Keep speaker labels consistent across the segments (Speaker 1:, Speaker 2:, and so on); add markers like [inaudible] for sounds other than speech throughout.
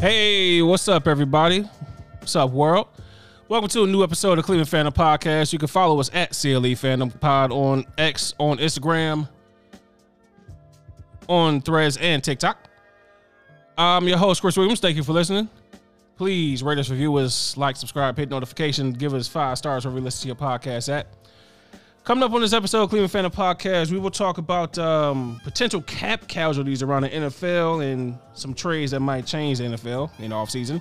Speaker 1: Hey, what's up, everybody? What's up, world? Welcome to a new episode of Cleveland Fandom Podcast. You can follow us at CLE Fandom Pod on X, on Instagram, on Threads, and TikTok. I'm your host, Chris Williams. Thank you for listening. Please rate us, review us, like, subscribe, hit notification, give us five stars wherever you listen to your podcast at. Coming up on this episode of Cleveland Fandom Podcast, we will talk about um, potential cap casualties around the NFL and some trades that might change the NFL in the offseason.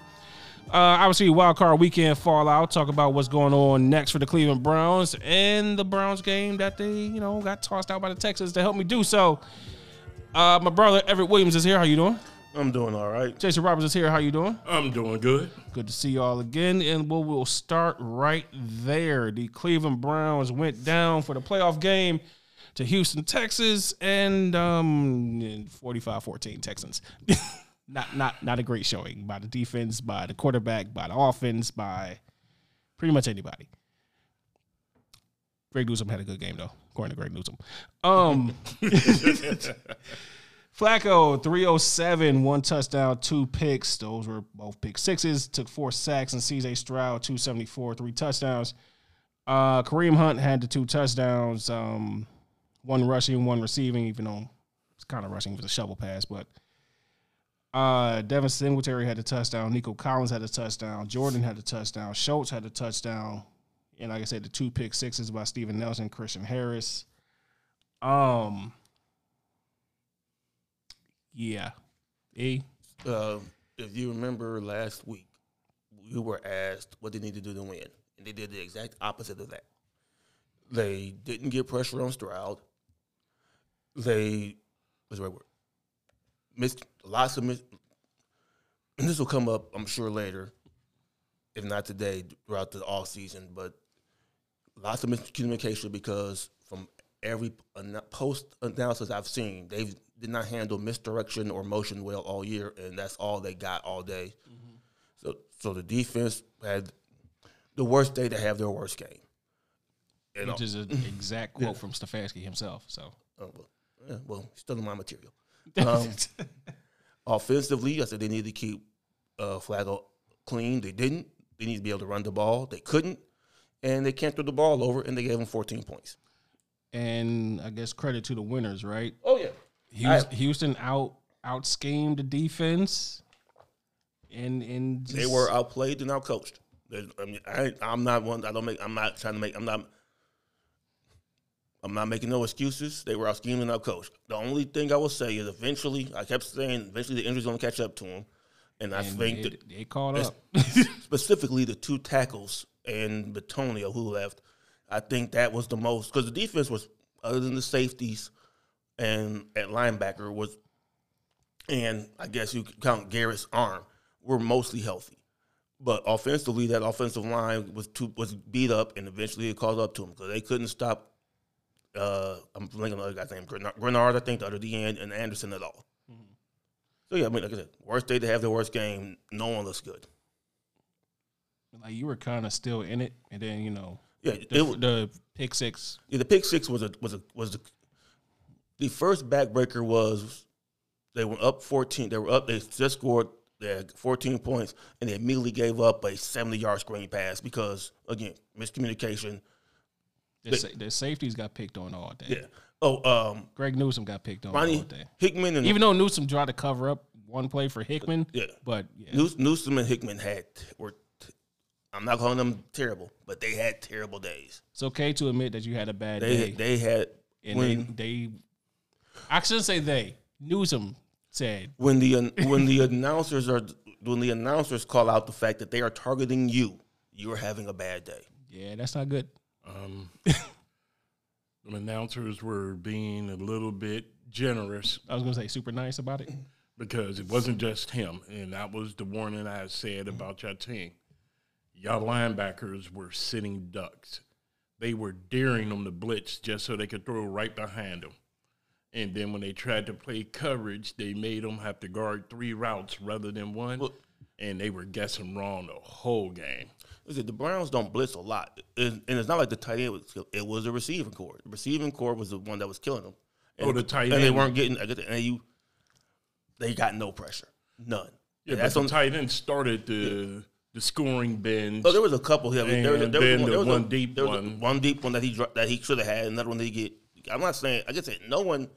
Speaker 1: Uh, obviously, wild card weekend fallout. Talk about what's going on next for the Cleveland Browns and the Browns game that they, you know, got tossed out by the Texans to help me do so. Uh, my brother Everett Williams is here. How you doing?
Speaker 2: I'm doing all right.
Speaker 1: Jason Roberts is here. How you doing?
Speaker 2: I'm doing good.
Speaker 1: Good to see y'all again. And we'll, we'll start right there. The Cleveland Browns went down for the playoff game to Houston, Texas, and um, 45-14 Texans. [laughs] not not not a great showing by the defense, by the quarterback, by the offense, by pretty much anybody. Greg Newsom had a good game though, according to Greg Newsom. Um Flacco, 307, one touchdown, two picks. Those were both pick sixes. Took four sacks. And CJ Stroud, 274, three touchdowns. Uh, Kareem Hunt had the two touchdowns, um, one rushing, one receiving, even though it's kind of rushing with a shovel pass. But uh, Devin Singletary had a touchdown. Nico Collins had a touchdown. Jordan had a touchdown. Schultz had a touchdown. And like I said, the two pick sixes by Steven Nelson, Christian Harris. Um, yeah. E.
Speaker 2: Uh, if you remember last week, we were asked what they need to do to win, and they did the exact opposite of that. They didn't get pressure on Stroud. They what's the right word? Missed lots of miss. And this will come up, I'm sure, later, if not today, throughout the off season. But lots of miscommunication because from every ana- post analysis I've seen, they did not handle misdirection or motion well all year, and that's all they got all day. So, so the defense had the worst day to have their worst game. And
Speaker 1: Which
Speaker 2: all- [laughs]
Speaker 1: is an exact quote from Stefanski himself. So
Speaker 2: oh, well, yeah, well, still in my material. Um, offensively, I said they need to keep uh, Flacco clean. They didn't. They need to be able to run the ball. They couldn't, and they can't throw the ball over. And they gave them 14 points.
Speaker 1: [laughs] and I guess credit to the winners, right?
Speaker 2: Oh yeah,
Speaker 1: Houston, Houston out out schemed the defense, and and just-
Speaker 2: they were outplayed and outcoached. There's- I mean, I, I'm not one. I don't make. I'm not trying to make. I'm not. I'm not making no excuses. They were out scheming, out coached. The only thing I will say is, eventually, I kept saying, eventually the injuries gonna catch up to him, and I
Speaker 1: and
Speaker 2: think
Speaker 1: they,
Speaker 2: that
Speaker 1: they caught up.
Speaker 2: specifically the two tackles and Batonio who left. I think that was the most because the defense was other than the safeties and at linebacker was, and I guess you could count Garrett's arm were mostly healthy, but offensively that offensive line was too was beat up and eventually it caught up to them because they couldn't stop. Uh, I'm blanking on the other guy's name, Grenard, Grenard, I think, the other D end, and Anderson at all. So yeah, I mean, like I said, worst day to have the worst game. No one looks good.
Speaker 1: Like you were kind of still in it, and then you know
Speaker 2: Yeah,
Speaker 1: the,
Speaker 2: it was,
Speaker 1: the pick six.
Speaker 2: Yeah, the pick six was a was a was a, the first backbreaker was they were up fourteen. They were up. They just scored. They had fourteen points, and they immediately gave up a seventy-yard screen pass because again miscommunication.
Speaker 1: The, sa- the safeties got picked on all day.
Speaker 2: Yeah. Oh, um,
Speaker 1: Greg Newsom got picked on all
Speaker 2: Ronnie
Speaker 1: day.
Speaker 2: Hickman and
Speaker 1: Even though Newsom tried to cover up one play for Hickman,
Speaker 2: Yeah.
Speaker 1: but yeah,
Speaker 2: News, Newsom and Hickman had were. I'm not calling them terrible, but they had terrible days.
Speaker 1: it's okay to admit that you had a bad
Speaker 2: They
Speaker 1: day.
Speaker 2: they had
Speaker 1: and
Speaker 2: when
Speaker 1: they, they I shouldn't say they. Newsom said
Speaker 2: when the when the announcers are when the announcers call out the fact that they are targeting you, you're having a bad day.
Speaker 1: Yeah, that's not good.
Speaker 3: Um, the announcers were being a little bit generous
Speaker 1: I was gonna say super nice about it.
Speaker 3: because it wasn't just him, and that was the warning I said
Speaker 2: Mm-hmm.
Speaker 3: about your team. Y'all linebackers were sitting ducks. They were daring them to blitz just so they could throw right behind them. And then when they tried to play coverage, they made them have to guard three routes rather than one.
Speaker 2: Well-
Speaker 3: and they were guessing wrong the whole game.
Speaker 2: Listen, the Browns don't blitz a lot, and, and it's not like the tight end was. It was the receiving core. The receiving core was the one that was killing them. And,
Speaker 3: Oh, the tight
Speaker 2: and they
Speaker 3: end.
Speaker 2: weren't getting. And you, they got no pressure, none.
Speaker 3: Yeah,
Speaker 2: that's
Speaker 3: that's when
Speaker 2: on-
Speaker 3: tight end started the the scoring binge.
Speaker 2: No, there was a couple here. there was,
Speaker 3: And
Speaker 2: there was
Speaker 3: then
Speaker 2: one,
Speaker 3: the
Speaker 2: there was
Speaker 3: one
Speaker 2: a,
Speaker 3: deep
Speaker 2: there was a-
Speaker 3: one.
Speaker 2: one deep one that he dro- that he should have had. Another one that he get. I'm not saying. I just said no one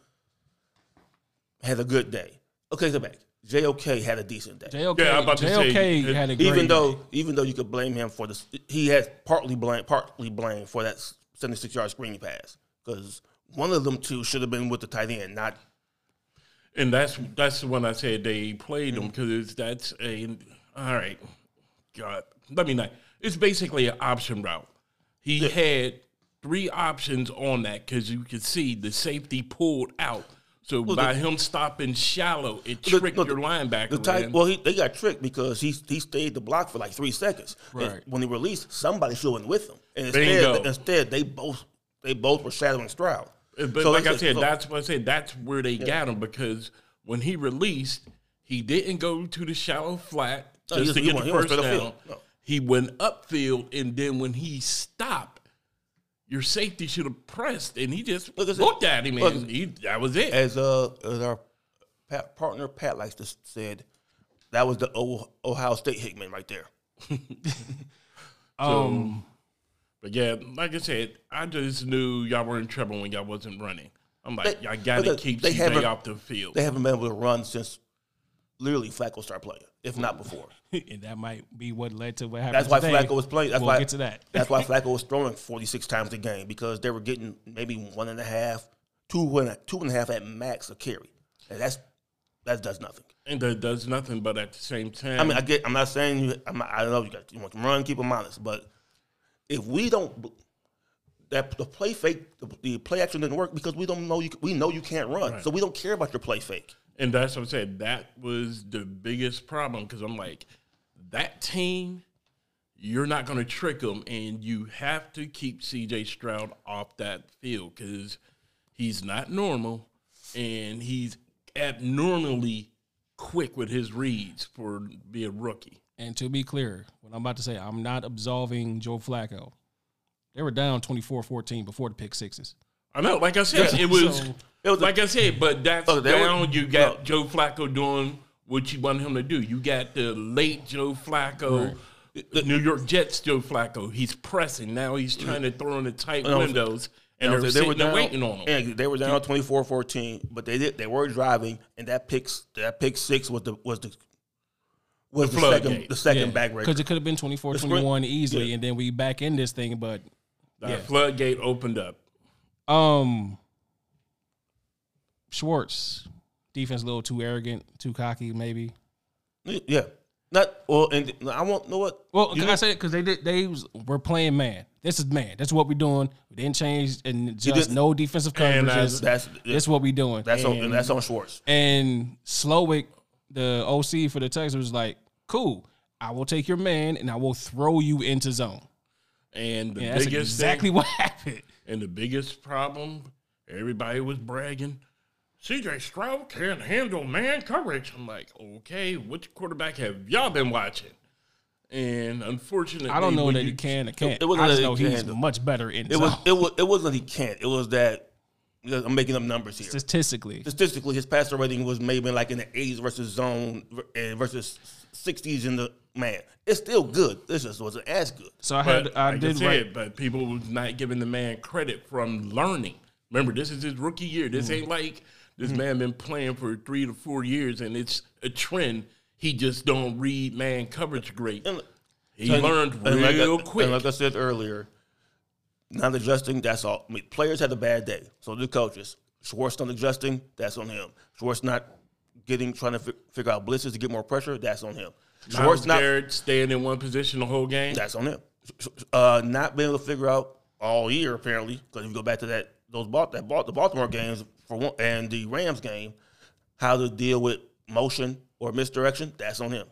Speaker 2: has a good day. Okay, so back. JOK had a decent day.
Speaker 1: JOK,
Speaker 3: Yeah, I'm about to
Speaker 1: JOK
Speaker 3: say,
Speaker 1: had a great
Speaker 2: even though even though you could blame him for this, he has partly blame partly blame for that 76 yard screen pass because one of them two should have been with the tight end, not
Speaker 3: and that's that's the one I said they played
Speaker 2: Mm-hmm.
Speaker 3: them because that's a all right. God, let me not. It's basically an option route. He had three options on that because you could see the safety pulled out. So by him stopping shallow, it
Speaker 2: no,
Speaker 3: tricked
Speaker 2: the-
Speaker 3: your linebacker.
Speaker 2: the tight.
Speaker 3: in.
Speaker 2: Well, he, they got tricked because he he stayed the block for like three seconds. And
Speaker 1: Right.
Speaker 2: when he released, somebody should have went with him, and
Speaker 3: Bingo.
Speaker 2: instead, instead they both they both were shadowing Stroud.
Speaker 3: Uh, But
Speaker 2: So
Speaker 3: like
Speaker 2: they
Speaker 3: I said,
Speaker 2: so-
Speaker 3: that's what I said. That's where they got him because when he released, he didn't go to the shallow flat
Speaker 2: No, he
Speaker 3: just to
Speaker 2: was- he
Speaker 3: get
Speaker 2: went-
Speaker 3: the
Speaker 2: he went
Speaker 3: first
Speaker 2: straight
Speaker 3: down.
Speaker 2: upfield. No.
Speaker 3: He went upfield, and then when he stopped, your safety should have pressed, and he just
Speaker 2: Look, I said-
Speaker 3: looked at him,
Speaker 2: look,
Speaker 3: and he, that was it.
Speaker 2: as uh as our pat, partner Pat likes to s- said, that was the O- Ohio State Hickman right there.
Speaker 1: Um,
Speaker 3: But yeah, like I said, I just knew y'all were in trouble when y'all wasn't running. I'm like,
Speaker 2: They-
Speaker 3: y'all
Speaker 2: but
Speaker 3: gotta
Speaker 2: look,
Speaker 3: keep
Speaker 2: they haven't-
Speaker 3: CJ off the field.
Speaker 2: They haven't been able to run since literally Flacco started playing, if not before.
Speaker 1: [laughs] and that might be what led to what happened.
Speaker 2: That's why
Speaker 1: today.
Speaker 2: Flacco was playing. That's
Speaker 1: we'll
Speaker 2: why
Speaker 1: get to that.
Speaker 2: [laughs]
Speaker 1: [laughs]
Speaker 2: That's why Flacco was throwing forty six times a game because they were getting maybe one and a half, two and a, two and a half at max a carry, and that's that does nothing.
Speaker 3: and that does nothing. But at the same time,
Speaker 2: I mean, I get. I'm not saying you. I'm not, I know you got you want to run, keep them honest, but if we don't, b- that the play fake, the, the play action didn't work because we don't know you. We know you can't run, so we don't care about your play fake.
Speaker 3: And that's what I said. That was the biggest problem because I'm like, that team, you're not going to trick them, and you have to keep CJ Stroud off that field because he's not normal and he's abnormally quick with his reads for being a rookie.
Speaker 1: And to be clear, what I'm about to say, I'm not absolving Joe Flacco. They were down 24-14 before the pick sixes.
Speaker 3: I know, like I said,
Speaker 1: Yeah,
Speaker 3: it was,
Speaker 1: so-
Speaker 2: It was a-
Speaker 3: like I said, but that's
Speaker 2: Oh, they were-
Speaker 3: down. you got Joe Flacco doing what you want him to do. You got the late Joe Flacco, the New York Jets Joe Flacco. He's pressing now. He's trying to throw in the tight
Speaker 2: I was-
Speaker 3: windows, and
Speaker 2: So
Speaker 3: they're sitting and waiting on him.
Speaker 2: And they were down 24-14, but they did. They were driving, and that pick that pick six was the was the was the,
Speaker 3: floodgate.
Speaker 2: second the second back
Speaker 1: Because it could have been 24-21 easily, and then we back in this thing. But
Speaker 3: The floodgate opened up.
Speaker 1: um, Schwartz, defense a little too arrogant, too cocky, maybe.
Speaker 2: Yeah, not well. And I won't know what.
Speaker 1: Well, can I say it? Because they did. They was, were playing man. This is man. That's what we're doing. We didn't change and just
Speaker 2: did-
Speaker 1: no defensive
Speaker 3: And, uh,
Speaker 1: coverages.
Speaker 2: That's
Speaker 1: That's what we're doing.
Speaker 2: that's on that's on Schwartz.
Speaker 1: And Slowick, the OC for the Texans, was like, "Cool, I will take your man and I will throw you into zone."
Speaker 3: And the
Speaker 1: And that's
Speaker 3: biggest
Speaker 1: exactly [laughs] what happened.
Speaker 3: thing, and the biggest problem, everybody was bragging. CJ Stroud can't handle man coverage. I'm like, okay, which quarterback have y'all been watching? And unfortunately,
Speaker 1: I don't know
Speaker 3: when
Speaker 1: that
Speaker 3: you-
Speaker 1: he can or can't.
Speaker 2: it wasn't
Speaker 1: I just
Speaker 2: that he
Speaker 1: know he's
Speaker 2: can.
Speaker 1: much better in
Speaker 2: It
Speaker 1: zone. [laughs]
Speaker 2: was it was it wasn't he can't. It was that I'm making up numbers here.
Speaker 1: statistically.
Speaker 2: Statistically, his passer rating was maybe like in the 80s versus zone and versus 60s in the man. It's still good. This just wasn't as good.
Speaker 1: So I had
Speaker 3: But
Speaker 1: I
Speaker 3: like
Speaker 1: did
Speaker 3: said,
Speaker 1: write.
Speaker 3: but people was not giving the man credit from learning. Remember, this is his rookie year. This
Speaker 2: Mm.
Speaker 3: ain't like this man been playing for three to four years, and it's a trend. He just don't read man coverage great.
Speaker 2: And-
Speaker 3: He learned
Speaker 2: And like I-
Speaker 3: real quick.
Speaker 2: And like I said earlier, not adjusting, that's all. I mean, players had a bad day. So do coaches. Schwartz not adjusting, that's on him. Schwartz not getting trying to fi- figure out blitzes to get more pressure, that's on him. Schwartz
Speaker 3: Miles
Speaker 2: not
Speaker 3: Garrett staying in one position the whole game.
Speaker 2: That's on him. Uh, not being able to figure out all year apparently because if you go back to that those Bal- that Bal- the Baltimore games for one and the Rams game, how to deal with motion or misdirection. That's on him.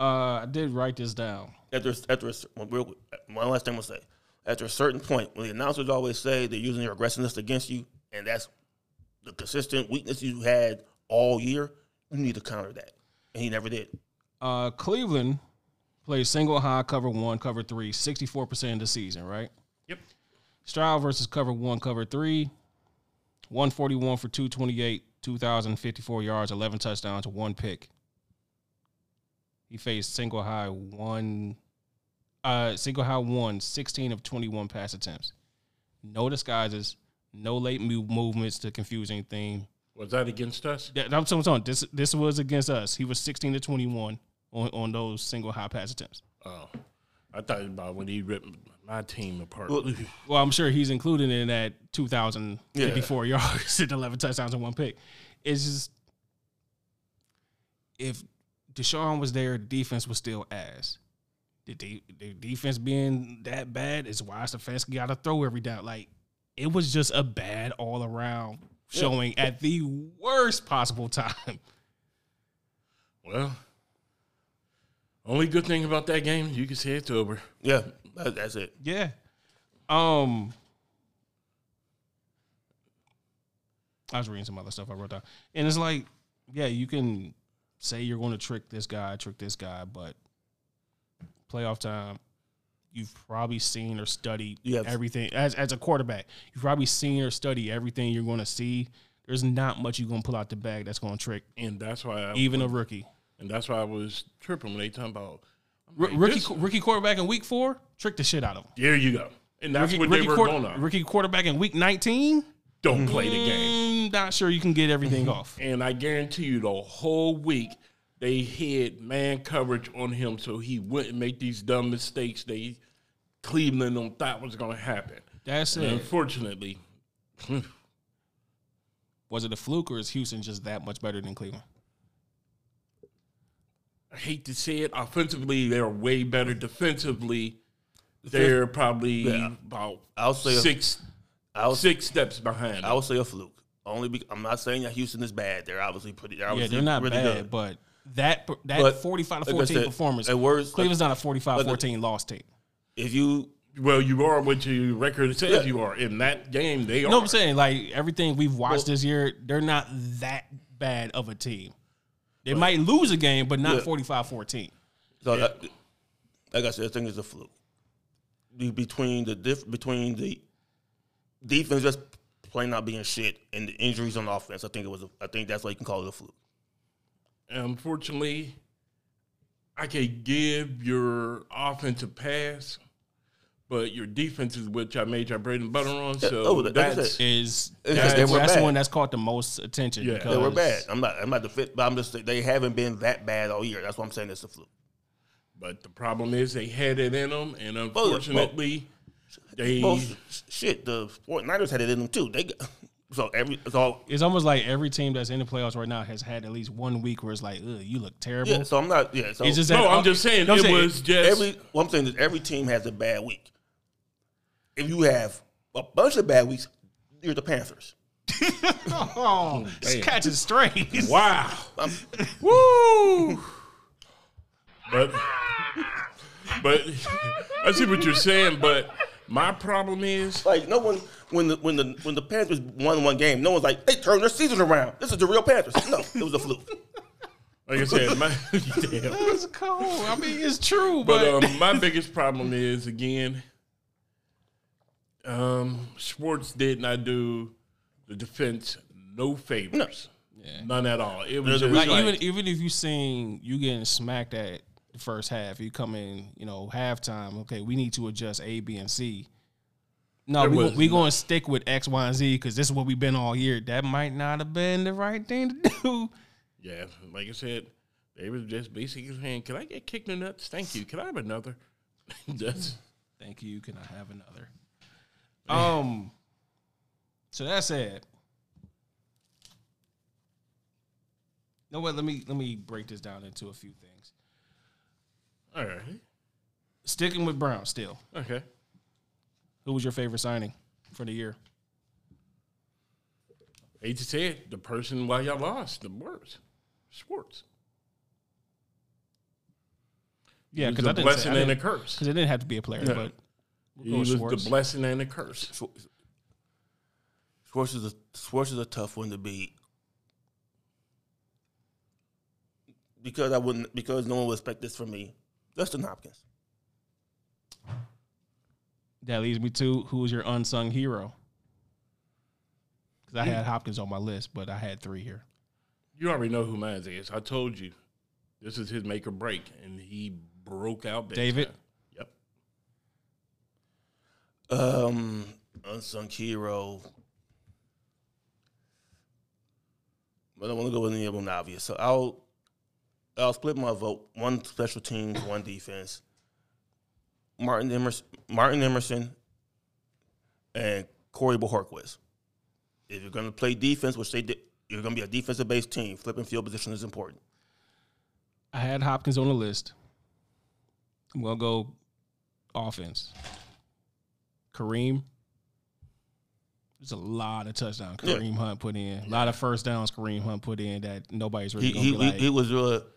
Speaker 1: Uh, I did write this down.
Speaker 2: After after a cer- one, real quick, one last thing I'm gonna say. After a certain point, when the announcers always say they're using their aggressiveness against you, and that's the consistent weakness you had all year, you need to counter that, and he never did.
Speaker 1: Uh, Cleveland plays single high, cover one, cover three, 64% of the season, right?
Speaker 3: Yep.
Speaker 1: Stroud versus cover one, cover three, 141 for 228, 2,054 yards, 11 touchdowns, one pick. He faced single high one, uh, single high one, 16 of 21 pass attempts. No disguises, no late mo- movements to confuse anything.
Speaker 3: Was that against us?
Speaker 1: That, that's what I'm saying. This, this was against us. He was 16 to 21 on, on those single high pass attempts.
Speaker 3: Oh, I thought about when he ripped my team apart.
Speaker 2: Well,
Speaker 1: Well, I'm sure he's included in that 2,054 [laughs] yards and 11 touchdowns and one pick. It's just if Deshaun was there, the defense was still ass. The, de- the defense being that bad is why Stefanski got to throw every down. Like it was just a bad all around showing at the worst possible [laughs] time.
Speaker 3: well, only good thing about that game, you can say it's over.
Speaker 2: yeah, that, that's it.
Speaker 1: Yeah. Um. I was reading some other stuff I wrote down, and it's like, yeah, you can say you're going to trick this guy, trick this guy, but playoff time, you've probably seen or studied
Speaker 2: You have-
Speaker 1: everything as as a quarterback. You've probably seen or studied everything you're going to see. There's not much you're going to pull out the bag that's going to trick
Speaker 3: And that's why I,
Speaker 1: even a rookie.
Speaker 3: and that's why I was tripping when they talking about I'm
Speaker 1: R-
Speaker 3: like,
Speaker 1: rookie
Speaker 3: this-
Speaker 1: rookie quarterback in week four, trick the shit out of him.
Speaker 3: There you go. And that's
Speaker 1: Rookie,
Speaker 3: what
Speaker 1: rookie
Speaker 3: they were
Speaker 1: quar-
Speaker 3: going on.
Speaker 1: rookie quarterback in week 19.
Speaker 3: Don't play the game.
Speaker 1: Mm, not sure you can get everything
Speaker 2: Mm-hmm.
Speaker 1: off.
Speaker 3: And I guarantee you, the whole week they hid man coverage on him so he wouldn't make these dumb mistakes they Cleveland them thought was going to happen.
Speaker 1: That's
Speaker 3: And
Speaker 1: it.
Speaker 3: unfortunately, [laughs]
Speaker 1: Was it a fluke or is Houston just that much better than Cleveland?
Speaker 3: I hate to say it, offensively they're way better. Defensively, they're probably
Speaker 2: Yeah.
Speaker 3: about
Speaker 2: I'll say a-
Speaker 3: six
Speaker 2: I'll
Speaker 3: six steps behind.
Speaker 2: I would say a fluke. Only be, I'm not saying that Houston is bad. They're obviously pretty. They're
Speaker 1: Yeah,
Speaker 2: obviously
Speaker 1: they're not
Speaker 2: really
Speaker 1: bad,
Speaker 2: good.
Speaker 1: but that that
Speaker 2: But,
Speaker 1: 45 to
Speaker 2: like I
Speaker 1: 14
Speaker 2: said,
Speaker 1: performance.
Speaker 2: at worst-
Speaker 1: Cleveland's not a 45 14 loss team.
Speaker 2: If you
Speaker 3: well, you are what your record says
Speaker 2: Yeah.
Speaker 3: you are. In that game, they are.
Speaker 1: You know what I'm saying? Like everything we've watched this year, they're not that bad of a team. They might lose a game, but not
Speaker 2: Yeah.
Speaker 1: 45 14.
Speaker 2: So, that, like I said, I think it's a fluke. Be- Between the diff, between the defense just plain not being shit and the injuries on offense, I think it was. A, I think that's why you can call it a fluke.
Speaker 3: unfortunately, I can give your offense a pass, but your defense is which I made your bread and butter on. So
Speaker 2: oh, that- that's
Speaker 3: that's
Speaker 1: Is
Speaker 2: It's
Speaker 1: that's,
Speaker 2: just they were
Speaker 1: that's the
Speaker 2: bad.
Speaker 1: one that's caught the most attention.
Speaker 3: Yeah, they
Speaker 1: because
Speaker 2: They were bad. I'm not. I'm not the fit, but I'm just. saying They haven't been that bad all year. That's why I'm saying it's a fluke.
Speaker 3: but the problem is they had it in them, and
Speaker 2: well-
Speaker 3: unfortunately, they
Speaker 2: Well, sh- shit, the 49ers had it in them too. They got, so every so
Speaker 1: It's almost like every team that's in the playoffs right now has had at least one week where it's like, Ugh, you look terrible.
Speaker 2: yeah. So I'm not. Yeah. So
Speaker 1: It's just
Speaker 3: no.
Speaker 1: that-
Speaker 3: I'm just saying
Speaker 1: No, I'm
Speaker 3: it
Speaker 1: saying-
Speaker 3: was just
Speaker 2: every what I'm saying is every team has a bad week. If you have a bunch of bad weeks, you're the Panthers.
Speaker 1: [laughs] Oh, it's catching strays.
Speaker 3: wow.
Speaker 2: I'm,
Speaker 3: Woo! But but I see what you're saying, but my problem is
Speaker 2: like no one when the when the when the Panthers won one game, no one's like they turned their season around. This is the real Panthers. No, it was a fluke.
Speaker 3: like I
Speaker 1: [laughs]
Speaker 3: said, my [laughs] damn.
Speaker 1: [laughs] It's cold. I mean, it's true, but,
Speaker 3: But um, my biggest problem is again, um, Schwartz did not do the defense no favors, none at all. It was
Speaker 1: [laughs]
Speaker 3: just
Speaker 1: like,
Speaker 3: like,
Speaker 1: even even if you seen you getting smacked at the first half, you come in, you know, halftime. Okay, we need to adjust A, B, and C. No,
Speaker 3: There
Speaker 1: we
Speaker 3: was
Speaker 1: we going to stick with X, Y, and Z because this is what we've been all year. That might not have been the right thing to [laughs] do.
Speaker 3: yeah, like I said, they was just basically saying, "Can I get kicked in the nuts? Thank you. Can I have another?" [laughs] That's
Speaker 1: Thank you. Can I have another? Um. So that's it. No, what? Let me let me break this down into a few things.
Speaker 3: all right.
Speaker 1: Sticking with Brown still.
Speaker 3: Okay,
Speaker 1: Who was your favorite signing for the year?
Speaker 3: hate to say it, the person why y'all lost the worst, Schwartz.
Speaker 1: Yeah,
Speaker 3: It was
Speaker 1: because
Speaker 3: a
Speaker 1: I didn't
Speaker 3: blessing
Speaker 1: say, I
Speaker 3: and a
Speaker 1: didn't,
Speaker 3: curse.
Speaker 1: 'cause it didn't have to be a player,
Speaker 3: Yeah.
Speaker 1: but
Speaker 3: He
Speaker 1: going
Speaker 3: was
Speaker 1: Schwartz.
Speaker 3: the blessing and the curse.
Speaker 2: Schwartz is a Schwartz is a tough one to beat because I wouldn't because no one would expect this from me. Justin Hopkins.
Speaker 1: that leads me to who was your unsung hero? Because I had Hopkins on my list, but I had three here.
Speaker 3: You already know who mine is. I told you. This is his make or break, and he broke out. big
Speaker 1: David?
Speaker 3: time. Yep.
Speaker 2: Um, unsung hero. But I don't want to go with any of them obvious. So I'll I'll split my vote. One special teams, one defense. Martin Emerson, Martin Emerson, and Corey Bohorquez. If you're going to play defense, which they did, you're going to be a defensive based team. Flipping field position is important.
Speaker 1: I had Hopkins on the list. I'm gonna go offense. Kareem. There's a lot of touchdown
Speaker 2: Yeah.
Speaker 1: Kareem Hunt put in. A lot of first downs Kareem Hunt put in that nobody's really
Speaker 2: He
Speaker 1: gonna
Speaker 2: he,
Speaker 1: be
Speaker 2: he,
Speaker 1: like.
Speaker 2: he was really in the,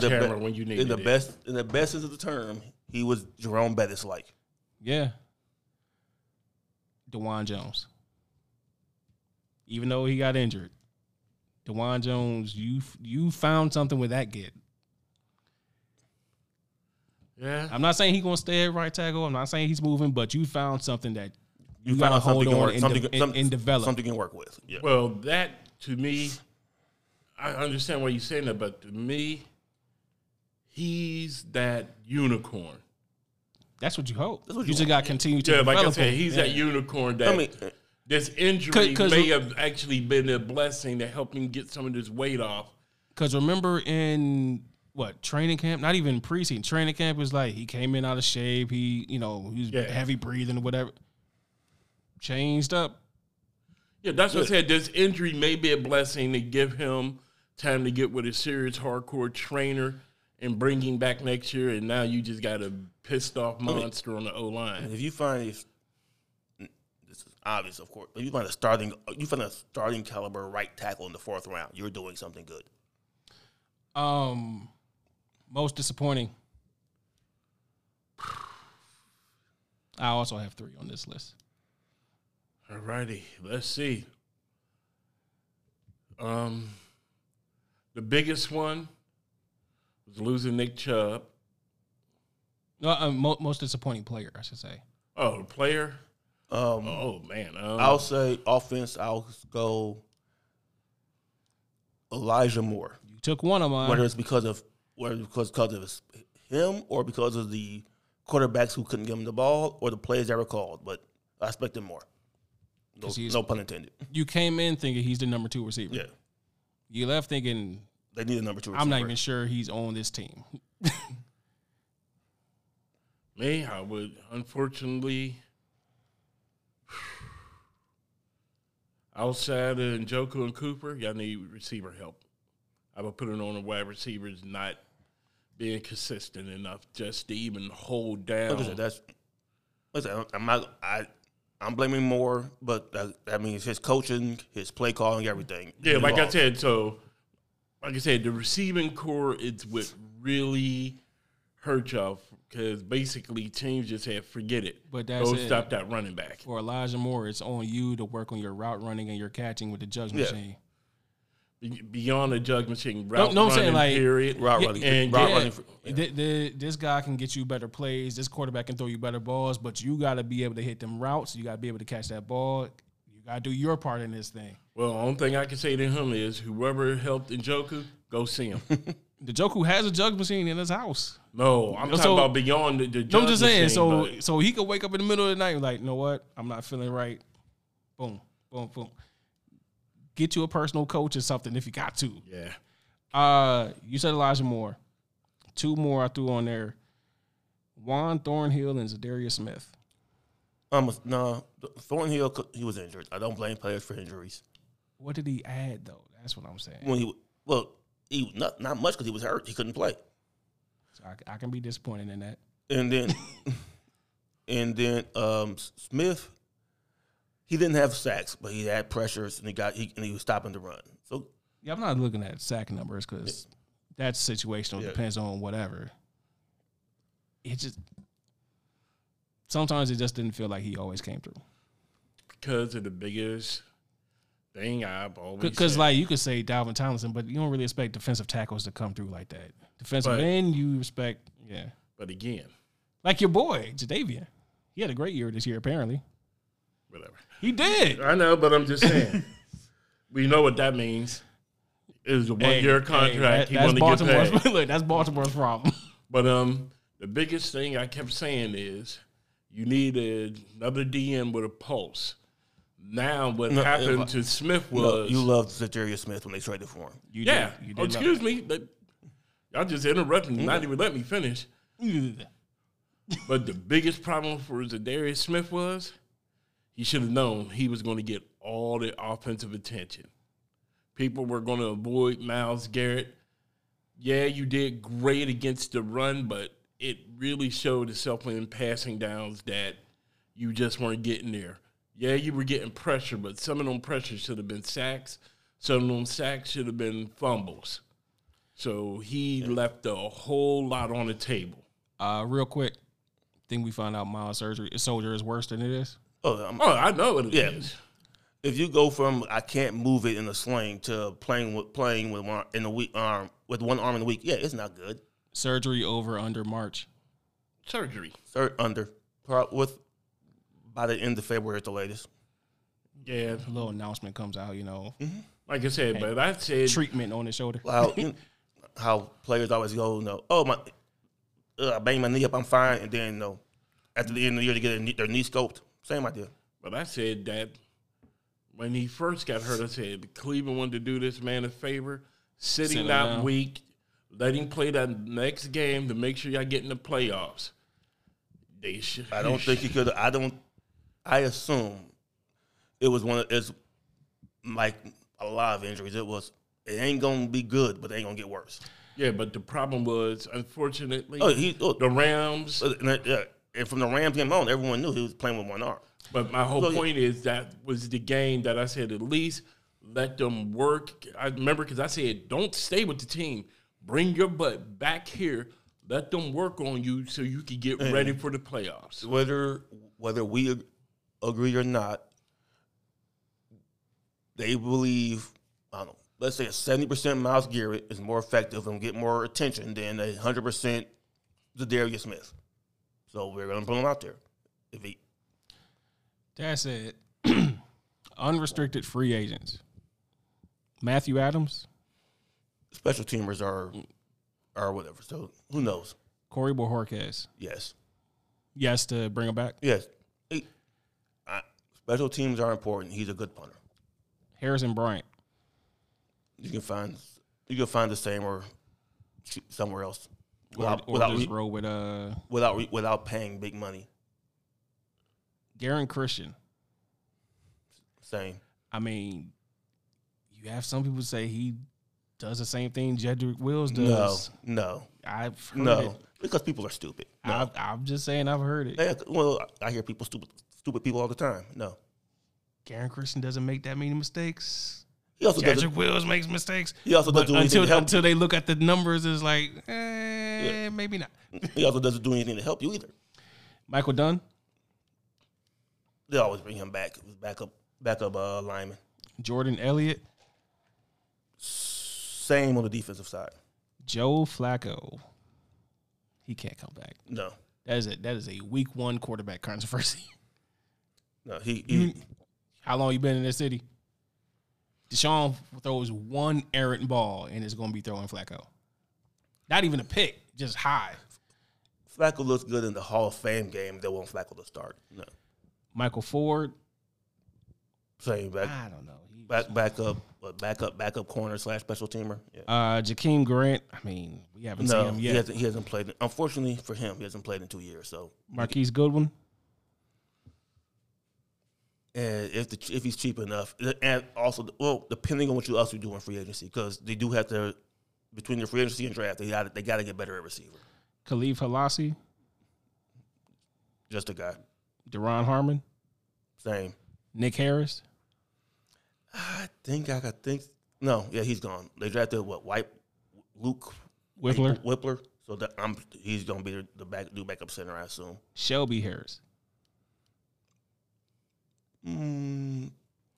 Speaker 3: Sledgehammer
Speaker 2: be-
Speaker 3: when you needed
Speaker 2: in the
Speaker 3: it.
Speaker 2: best in the best sense of the term. He was Jerome Bettis like.
Speaker 1: yeah. Dewan Jones. Even though he got injured, Dewan Jones, you you found something with that get.
Speaker 3: Yeah.
Speaker 1: I'm not saying he's gonna stay at right tackle. I'm not saying he's moving, but you found something that you,
Speaker 2: you,
Speaker 1: gotta
Speaker 2: found
Speaker 1: hold
Speaker 2: something
Speaker 1: on
Speaker 2: you
Speaker 1: and,
Speaker 2: can work, something,
Speaker 1: de- and,
Speaker 2: some-
Speaker 1: and develop.
Speaker 2: something you can work with. Yeah.
Speaker 3: Well, that to me, I understand why you're saying that, but to me, he's that unicorn.
Speaker 1: That's what you hope.
Speaker 2: That's what
Speaker 1: you,
Speaker 2: you
Speaker 1: just
Speaker 2: want.
Speaker 1: got to continue to
Speaker 3: Yeah, like
Speaker 1: develop.
Speaker 3: I said,
Speaker 1: it.
Speaker 3: he's
Speaker 1: Yeah.
Speaker 3: that unicorn that
Speaker 2: I mean,
Speaker 3: this injury
Speaker 1: 'Cause- 'cause-
Speaker 3: may have actually been a blessing to help him get some of this weight off.
Speaker 1: Because remember in what training camp, not even preseason training camp was like he came in out of shape. He you know he was
Speaker 3: Yeah.
Speaker 1: heavy breathing or whatever. Changed up.
Speaker 3: Yeah, that's what I said. This injury may be a blessing to give him time to get with a serious hardcore trainer and bring him back next year. And now you just got a pissed off monster on the O line.
Speaker 2: if you find if this is obvious, of course, but you find a starting, you find a starting caliber right tackle in the fourth round, you're doing something good.
Speaker 1: Um, most disappointing. [sighs] I also have three on this list.
Speaker 3: All righty, let's see. Um, the biggest one was losing Nick Chubb.
Speaker 1: No, uh, mo- most disappointing player, I should say.
Speaker 3: Oh, the player.
Speaker 2: Um,
Speaker 3: Oh man. Um,
Speaker 2: I'll say offense. I'll go Elijah Moore,
Speaker 1: You took one of mine.
Speaker 2: whether it's because of whether it's because because of his- him or because of the quarterbacks who couldn't give him the ball or the plays that were called, but I expect him more. No,
Speaker 1: 'Cause he's-
Speaker 2: no pun intended.
Speaker 1: you came in thinking he's the number two receiver.
Speaker 2: Yeah,
Speaker 1: You left thinking
Speaker 2: they need a number two.
Speaker 1: I'm not
Speaker 2: receiver.
Speaker 1: even sure he's on this team.
Speaker 3: Me, I would unfortunately [sighs] outside of Njoku and Cooper, y'all need receiver help. I would put it on the wide receivers not being consistent enough just to even hold down.
Speaker 2: Like I said, that's. Like I said, I'm not. I. I'm blaming Moore, but that, that means his coaching, his play calling, everything.
Speaker 3: yeah, like I
Speaker 2: involved.
Speaker 3: said, so like I said, the receiving core is what really hurt y'all because basically teams just said forget it.
Speaker 1: But that's
Speaker 3: Go
Speaker 1: it.
Speaker 3: stop that running back.
Speaker 1: For Elijah Moore, it's on you to work on your route running and your catching with the judge
Speaker 2: Yeah.
Speaker 1: machine.
Speaker 3: Be- Beyond the jug machine route
Speaker 1: no, I'm
Speaker 3: running
Speaker 1: saying, like,
Speaker 3: period.
Speaker 2: Route
Speaker 1: Yeah,
Speaker 2: running,
Speaker 3: and
Speaker 2: route
Speaker 3: yeah,
Speaker 2: running. For,
Speaker 1: Th- th- this guy can get you better plays. This quarterback can throw you better balls, but you got to be able to hit them routes. You got to be able to catch that ball. You got to do your part in this thing.
Speaker 3: Well, only thing I can say to him is whoever helped Njoku, go
Speaker 1: [laughs]
Speaker 3: see him.
Speaker 1: The Joku has a judge machine in his house.
Speaker 3: No, I'm talking
Speaker 1: So-
Speaker 3: about beyond the, the
Speaker 1: No, I'm just
Speaker 3: jug
Speaker 1: saying.
Speaker 3: machine,
Speaker 1: so
Speaker 3: but-
Speaker 1: so he could wake up in the middle of the night and like, you know what? I'm not feeling right. Boom, boom, boom. Get you a personal coach or something if you got to.
Speaker 3: yeah.
Speaker 1: Uh, you said Elijah Moore. Two more I threw on there. Juan Thornhill and Zadarius Smith.
Speaker 2: um, no, Thornhill, co- he was injured. I don't blame players for injuries.
Speaker 1: What did he add though? That's what I'm saying.
Speaker 2: When he well, he not not much because he was hurt. He couldn't play.
Speaker 1: So I, I can be disappointed in that.
Speaker 2: And then, [laughs] and then um, S- Smith, he didn't have sacks, but he had pressures and he got he, and he was stopping the run. So
Speaker 1: Yeah, I'm not looking at sack numbers because that's situational.
Speaker 2: Yeah.
Speaker 1: Depends on whatever. It just sometimes it just didn't feel like he always came through.
Speaker 3: Because of the biggest thing I've always
Speaker 1: Because
Speaker 3: said.
Speaker 1: like you could say Dalvin Tomlinson, but you don't really expect defensive tackles to come through like that. Defensive
Speaker 3: But-
Speaker 1: end, you expect yeah,
Speaker 3: but again,
Speaker 1: like your boy Jadavian. He had a great year this year. Apparently,
Speaker 3: whatever.
Speaker 1: he did. [laughs]
Speaker 3: I know, but I'm just saying. we know what that means. It was a one
Speaker 1: Hey,
Speaker 3: year
Speaker 1: hey,
Speaker 3: contract.
Speaker 1: that-
Speaker 3: he
Speaker 1: that's
Speaker 3: wanted to get
Speaker 1: Baltimore's. [laughs]
Speaker 3: paid.
Speaker 1: look, that's Baltimore's problem.
Speaker 3: But um, the biggest thing I kept saying is you need a- another DM with a pulse. Now, what
Speaker 2: No,
Speaker 3: happened
Speaker 2: if I-
Speaker 3: to Smith
Speaker 2: No,
Speaker 3: was
Speaker 2: you loved Zeteria Smith when they traded for him.
Speaker 1: [laughs] You
Speaker 3: yeah.
Speaker 1: did- you Mm-hmm.
Speaker 3: oh,
Speaker 1: did love
Speaker 3: excuse me, that- y'all just interrupted me. Not even let me finish.
Speaker 1: it.
Speaker 3: But the biggest problem for Zadarius Smith was he should have known he was going to get all the offensive attention. People were going to avoid Miles Garrett. Yeah, you did great against the run, but it really showed itself in passing downs that you just weren't getting there. Yeah, you were getting pressure, but some of them pressures should have been sacks. Some of them sacks should have been fumbles. So he left a whole lot on the table.
Speaker 1: Uh, real quick, think we found out Miles' surgery soldier is worse than it is.
Speaker 2: Oh, I'm-
Speaker 3: Oh, I know what it is.
Speaker 2: Yeah. if you go from I can't move it in a sling to playing with playing with one in the weak arm with one arm in the week, yeah, it's not good.
Speaker 1: Surgery over under March.
Speaker 3: Surgery.
Speaker 2: Third under Pro- with by the end of February at the latest.
Speaker 3: Yeah.
Speaker 1: A little announcement comes out, you know,
Speaker 3: Like I said, but I said
Speaker 1: treatment on his shoulder.
Speaker 2: How you how players always go, no, oh my, uh, I banged my knee up, I'm fine, and then no, after the end of the year they get their knee, their knee scoped. Same idea.
Speaker 3: but I said that when he first got hurt, I said Cleveland wanted to do this man a favor,
Speaker 1: Sit
Speaker 3: sitting
Speaker 1: him
Speaker 3: out
Speaker 1: down.
Speaker 3: week, let him play that next game to make sure y'all get in the playoffs. They should
Speaker 2: I
Speaker 3: [laughs]
Speaker 2: don't think he could. I don't. I assume it was one of it's like a lot of injuries. It was. It ain't gonna be good, but it ain't gonna get worse.
Speaker 3: Yeah, but the problem was unfortunately
Speaker 2: Oh, he. Oh,
Speaker 3: the Rams
Speaker 2: and, that- yeah, and from the Rams game on, everyone knew he was playing with one arm.
Speaker 3: But my whole
Speaker 2: Look-
Speaker 3: point is that was the game that I said at least let them work. I remember because I said don't stay with the team. Bring your butt back here. Let them work on you so you can get ready for the playoffs.
Speaker 2: Whether whether we ag- agree or not, they believe. I don't know. Let's say a seventy percent Miles Garrett is more effective and get more attention than a hundred percent Darius Smith. So we're gonna put him out there. If he
Speaker 1: That's it. [clears throat] Unrestricted free agents. Matthew Adams,
Speaker 2: special teamers are are whatever. So who knows?
Speaker 1: Corey Bojorquez.
Speaker 2: Yes,
Speaker 1: Yes, to bring him back.
Speaker 2: yes. He- I, special teams are important. He's a good punter.
Speaker 1: Harrison Bryant.
Speaker 2: You can find you can find the same or sh- somewhere else
Speaker 1: Or,
Speaker 2: without
Speaker 1: or
Speaker 2: without
Speaker 1: just
Speaker 2: re-
Speaker 1: roll with uh,
Speaker 2: without re- without paying big money.
Speaker 1: Garen Christian.
Speaker 2: Same.
Speaker 1: I mean, you have some people say he does the same thing Jedrick Wills does.
Speaker 2: No,
Speaker 1: I've heard
Speaker 2: no,
Speaker 1: no.
Speaker 2: no. Because people are stupid. No.
Speaker 1: I've, I'm just saying I've heard it.
Speaker 2: Yeah, well, I hear people stupid stupid people all the time. No.
Speaker 1: Garen Christian doesn't make that many mistakes.
Speaker 2: He also doesn't.
Speaker 1: Jedrick Wills makes mistakes.
Speaker 2: He also
Speaker 1: But
Speaker 2: doesn't do
Speaker 1: until
Speaker 2: anything to help.
Speaker 1: until they look at the numbers, it's like, eh, maybe not.
Speaker 2: he also doesn't do anything to help you either.
Speaker 1: Michael Dunn,
Speaker 2: They always bring him back, back up, back up uh, lineman.
Speaker 1: Jordan Elliott,
Speaker 2: Same on the defensive side.
Speaker 1: Joe Flacco. He can't come back.
Speaker 2: No,
Speaker 1: That is a that is a week one quarterback controversy. [laughs]
Speaker 2: no. He, he
Speaker 1: How long you been in this city? Deshaun throws one errant ball and it's going to be throwing Flacco. Not even a pick, just high.
Speaker 2: Flacco looks good in the Hall of Fame game. They want Flacco to start. No,
Speaker 1: Michael Ford,
Speaker 2: same back,
Speaker 1: I don't know. He-
Speaker 2: back, back up, but back up, back up corner slash special teamer. Yeah.
Speaker 1: Uh, Jakeem Grant, I mean, we haven't
Speaker 2: No,
Speaker 1: seen him
Speaker 2: he
Speaker 1: yet.
Speaker 2: hasn't. He hasn't played. Unfortunately for him, he hasn't played in two years. So,
Speaker 1: Marquise Goodwin,
Speaker 2: and if the if he's cheap enough, and also, well, depending on what you else you do in free agency, because they do have to between the free agency and draft, they got they got to get better at receiver.
Speaker 1: Khalif Halasi,
Speaker 2: Just a guy.
Speaker 1: Deron Harmon,
Speaker 2: Same.
Speaker 1: Nick Harris.
Speaker 2: I think I could think. No, yeah, he's gone. They drafted what White Luke
Speaker 1: Whiffler.
Speaker 2: Whippler. So that I'm he's gonna be the back new backup center, I assume.
Speaker 1: Shelby Harris.
Speaker 2: Mm,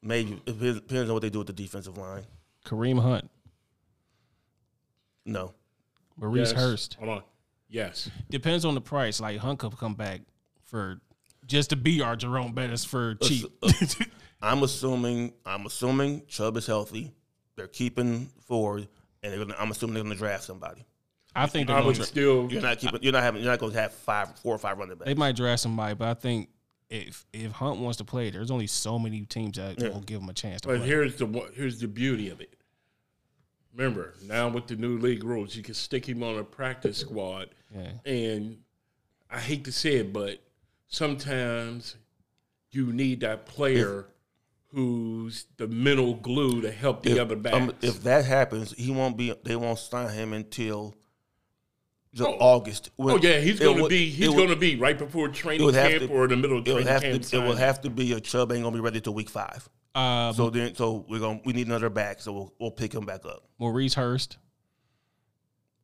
Speaker 2: maybe it depends- depends on what they do with the defensive line.
Speaker 1: Kareem Hunt.
Speaker 2: No,
Speaker 1: Maurice Hurst.
Speaker 3: Hold on. Yes.
Speaker 1: Depends on the price. Like Hunt could come back for just to be our Jerome Bettis for cheap.
Speaker 2: I'm assuming I'm assuming Chubb is healthy. They're keeping Ford, and they're gonna, I'm assuming they're going to draft somebody.
Speaker 1: [laughs] I think they're
Speaker 3: I
Speaker 1: gonna
Speaker 3: would
Speaker 1: dra-
Speaker 3: still.
Speaker 2: You're not keeping. You're not having. You're not going to have five, four or five running backs.
Speaker 1: they might draft somebody, but I think if if Hunt wants to play, there's only so many teams that
Speaker 2: Yeah.
Speaker 1: will give him a chance to
Speaker 3: But
Speaker 1: play.
Speaker 3: here's the one- here's the beauty of it. Remember, now with the new league rules, you can stick him on a practice squad,
Speaker 1: yeah.
Speaker 3: and I hate to say it, but sometimes you need that player who's the mental glue to help the other backs.
Speaker 2: um, if that happens, he won't be. They won't sign him until the
Speaker 3: Oh.
Speaker 2: August. When-
Speaker 3: oh yeah, he's
Speaker 2: it
Speaker 3: going to
Speaker 2: would-
Speaker 3: be he's
Speaker 2: it would-
Speaker 3: going to be right before training
Speaker 2: would have
Speaker 3: camp
Speaker 2: to-
Speaker 3: or the middle of
Speaker 2: It would
Speaker 3: training
Speaker 2: have
Speaker 3: camp.
Speaker 2: to. It will
Speaker 3: signing.
Speaker 2: have to be a Chubb ain't going to be ready till week five.
Speaker 1: Uh,
Speaker 3: Uh-huh.
Speaker 2: So then, so we're going. to We need another back. So we'll we'll pick him back up.
Speaker 1: Maurice Hurst,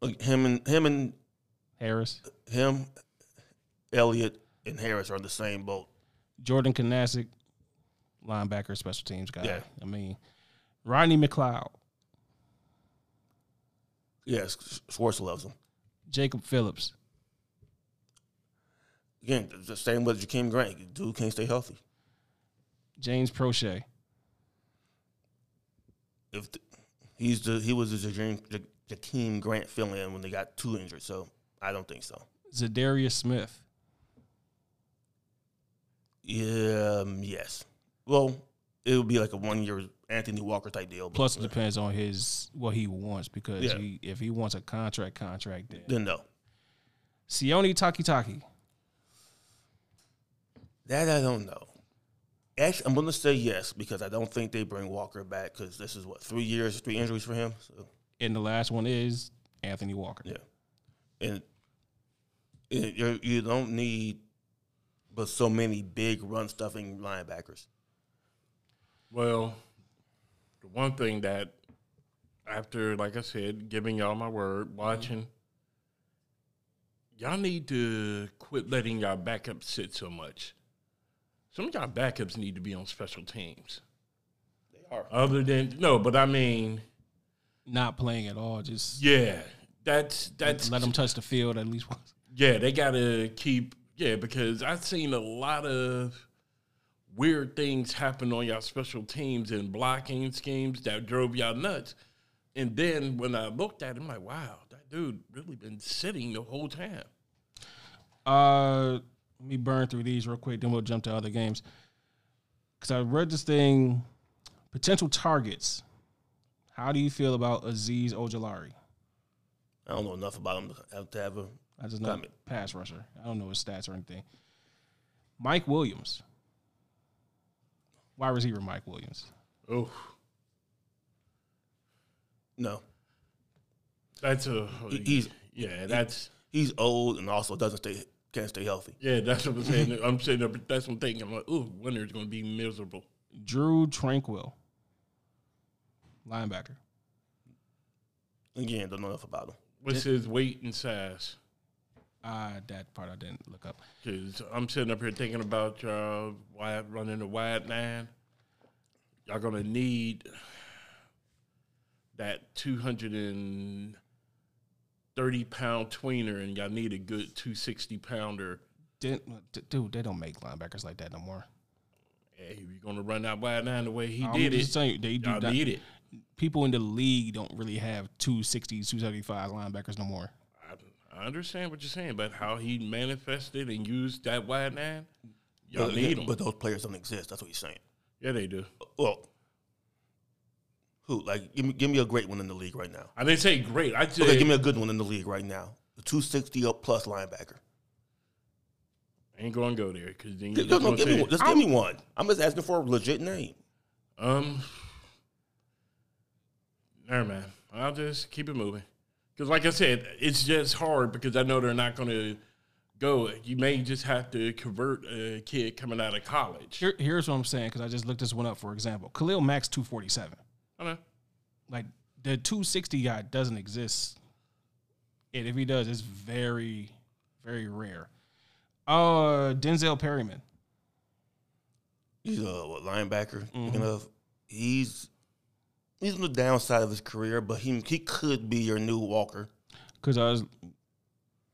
Speaker 2: Like, Him and him and
Speaker 1: Harris,
Speaker 2: him, Elliott and Harris are on the same boat.
Speaker 1: Jordan Kanasic, linebacker, special teams guy.
Speaker 2: Yeah.
Speaker 1: I mean, Rodney McLeod,
Speaker 2: Yes, Schwartz loves him.
Speaker 1: Jacob Phillips.
Speaker 2: Again, it's the same with Jakeem Grant. Dude can't stay healthy.
Speaker 1: James Prochet.
Speaker 2: If th- he's the he was the Jakeem, Ja- Jakeem Grant filling in when they got two injured, so I don't think so.
Speaker 1: Zadarius Smith.
Speaker 2: Yeah, um, yes. Well, it would be like a one year Anthony Walker type deal. but-
Speaker 1: Plus, it depends on his what he wants because
Speaker 2: Yeah.
Speaker 1: he, if he wants a contract, contract. Then.
Speaker 2: then no,
Speaker 1: Sione Takitaki.
Speaker 2: that I don't know. Actually, I'm gonna say yes because I don't think they bring Walker back because this is what three years, three injuries for him. So,
Speaker 1: And the last one is Anthony Walker.
Speaker 2: Yeah. and and you're, you don't need but so many big run stuffing linebackers.
Speaker 3: Well, the one thing that after, like I said, giving y'all my word, watching, y'all need to quit letting y'all backups sit so much. Some of y'all backups need to be on special teams.
Speaker 2: They are.
Speaker 3: Other than no, but I mean,
Speaker 1: Not playing at all. Just
Speaker 3: yeah, that's that's
Speaker 1: let him touch the field at least once.
Speaker 3: Yeah, they gotta keep yeah, because I've seen a lot of weird things happen on y'all special teams and blocking schemes that drove y'all nuts. And then when I looked at him, like, wow, that dude really been sitting the whole time.
Speaker 1: Uh, let me burn through these real quick, then we'll jump to other games. Because I read this thing, potential targets. How do you feel about Aziz Ojolari?
Speaker 2: I don't know enough about him to have to have a
Speaker 1: I just know
Speaker 2: Comment.
Speaker 1: pass rusher. I don't know his stats or anything. Mike Williams, wide receiver Mike Williams.
Speaker 3: Oh,
Speaker 2: no.
Speaker 3: that's a
Speaker 2: He- he's
Speaker 3: yeah, that's
Speaker 2: he's old and also doesn't stay can't stay healthy.
Speaker 3: yeah, that's what I'm saying. I'm sitting up, that's what I'm thinking. I'm like, ooh, winter's gonna be miserable.
Speaker 1: Drew Tranquil, linebacker.
Speaker 2: Again, don't know enough about him.
Speaker 3: What's his weight and size?
Speaker 1: Uh, that part I didn't look up.
Speaker 3: Cause I'm sitting up here thinking about y'all wide running the wide line. Y'all gonna need that 230 pound tweener, and y'all need a good 260 pounder.
Speaker 1: Didn't, d- dude, they don't make linebackers like that no more.
Speaker 3: Hey, if you're gonna run that wide line the way he
Speaker 1: I'm
Speaker 3: did
Speaker 1: just
Speaker 3: it,
Speaker 1: telling you, they do
Speaker 3: y'all
Speaker 1: not-
Speaker 3: need it.
Speaker 1: people in the league don't really have 260, 275 linebackers no more.
Speaker 3: I, I understand what you're saying, but how he manifested and used that wide line, y'all
Speaker 2: But,
Speaker 3: need
Speaker 2: again,
Speaker 3: him.
Speaker 2: but those players don't exist. That's what he's saying.
Speaker 3: yeah, they do.
Speaker 2: Well, who like give me give me a great one in the league right now.
Speaker 3: I didn't say great. I just
Speaker 2: Okay, give me a good one in the league right now. A two sixty up plus linebacker.
Speaker 3: ain't gonna go there because then you're
Speaker 2: Give- No, no,
Speaker 3: gonna
Speaker 2: give me
Speaker 3: say-
Speaker 2: one. Just give me one. I'm just asking for a legit name.
Speaker 3: Um, never mind. I'll just keep it moving. Because, like I said, it's just hard because I know they're not going to go. You may just have to convert a kid coming out of college.
Speaker 1: Here, here's what I'm saying because I just looked this one up. For example, Khalil Max 247.
Speaker 3: I know.
Speaker 1: Like the 260 guy doesn't exist, and if he does, it's very, very rare. Uh, Denzel Perryman,
Speaker 2: He's a what, linebacker. Speaking
Speaker 3: Mm-hmm.
Speaker 2: of, he's he's on the downside of his career, but he he could be your new Walker.
Speaker 1: because I was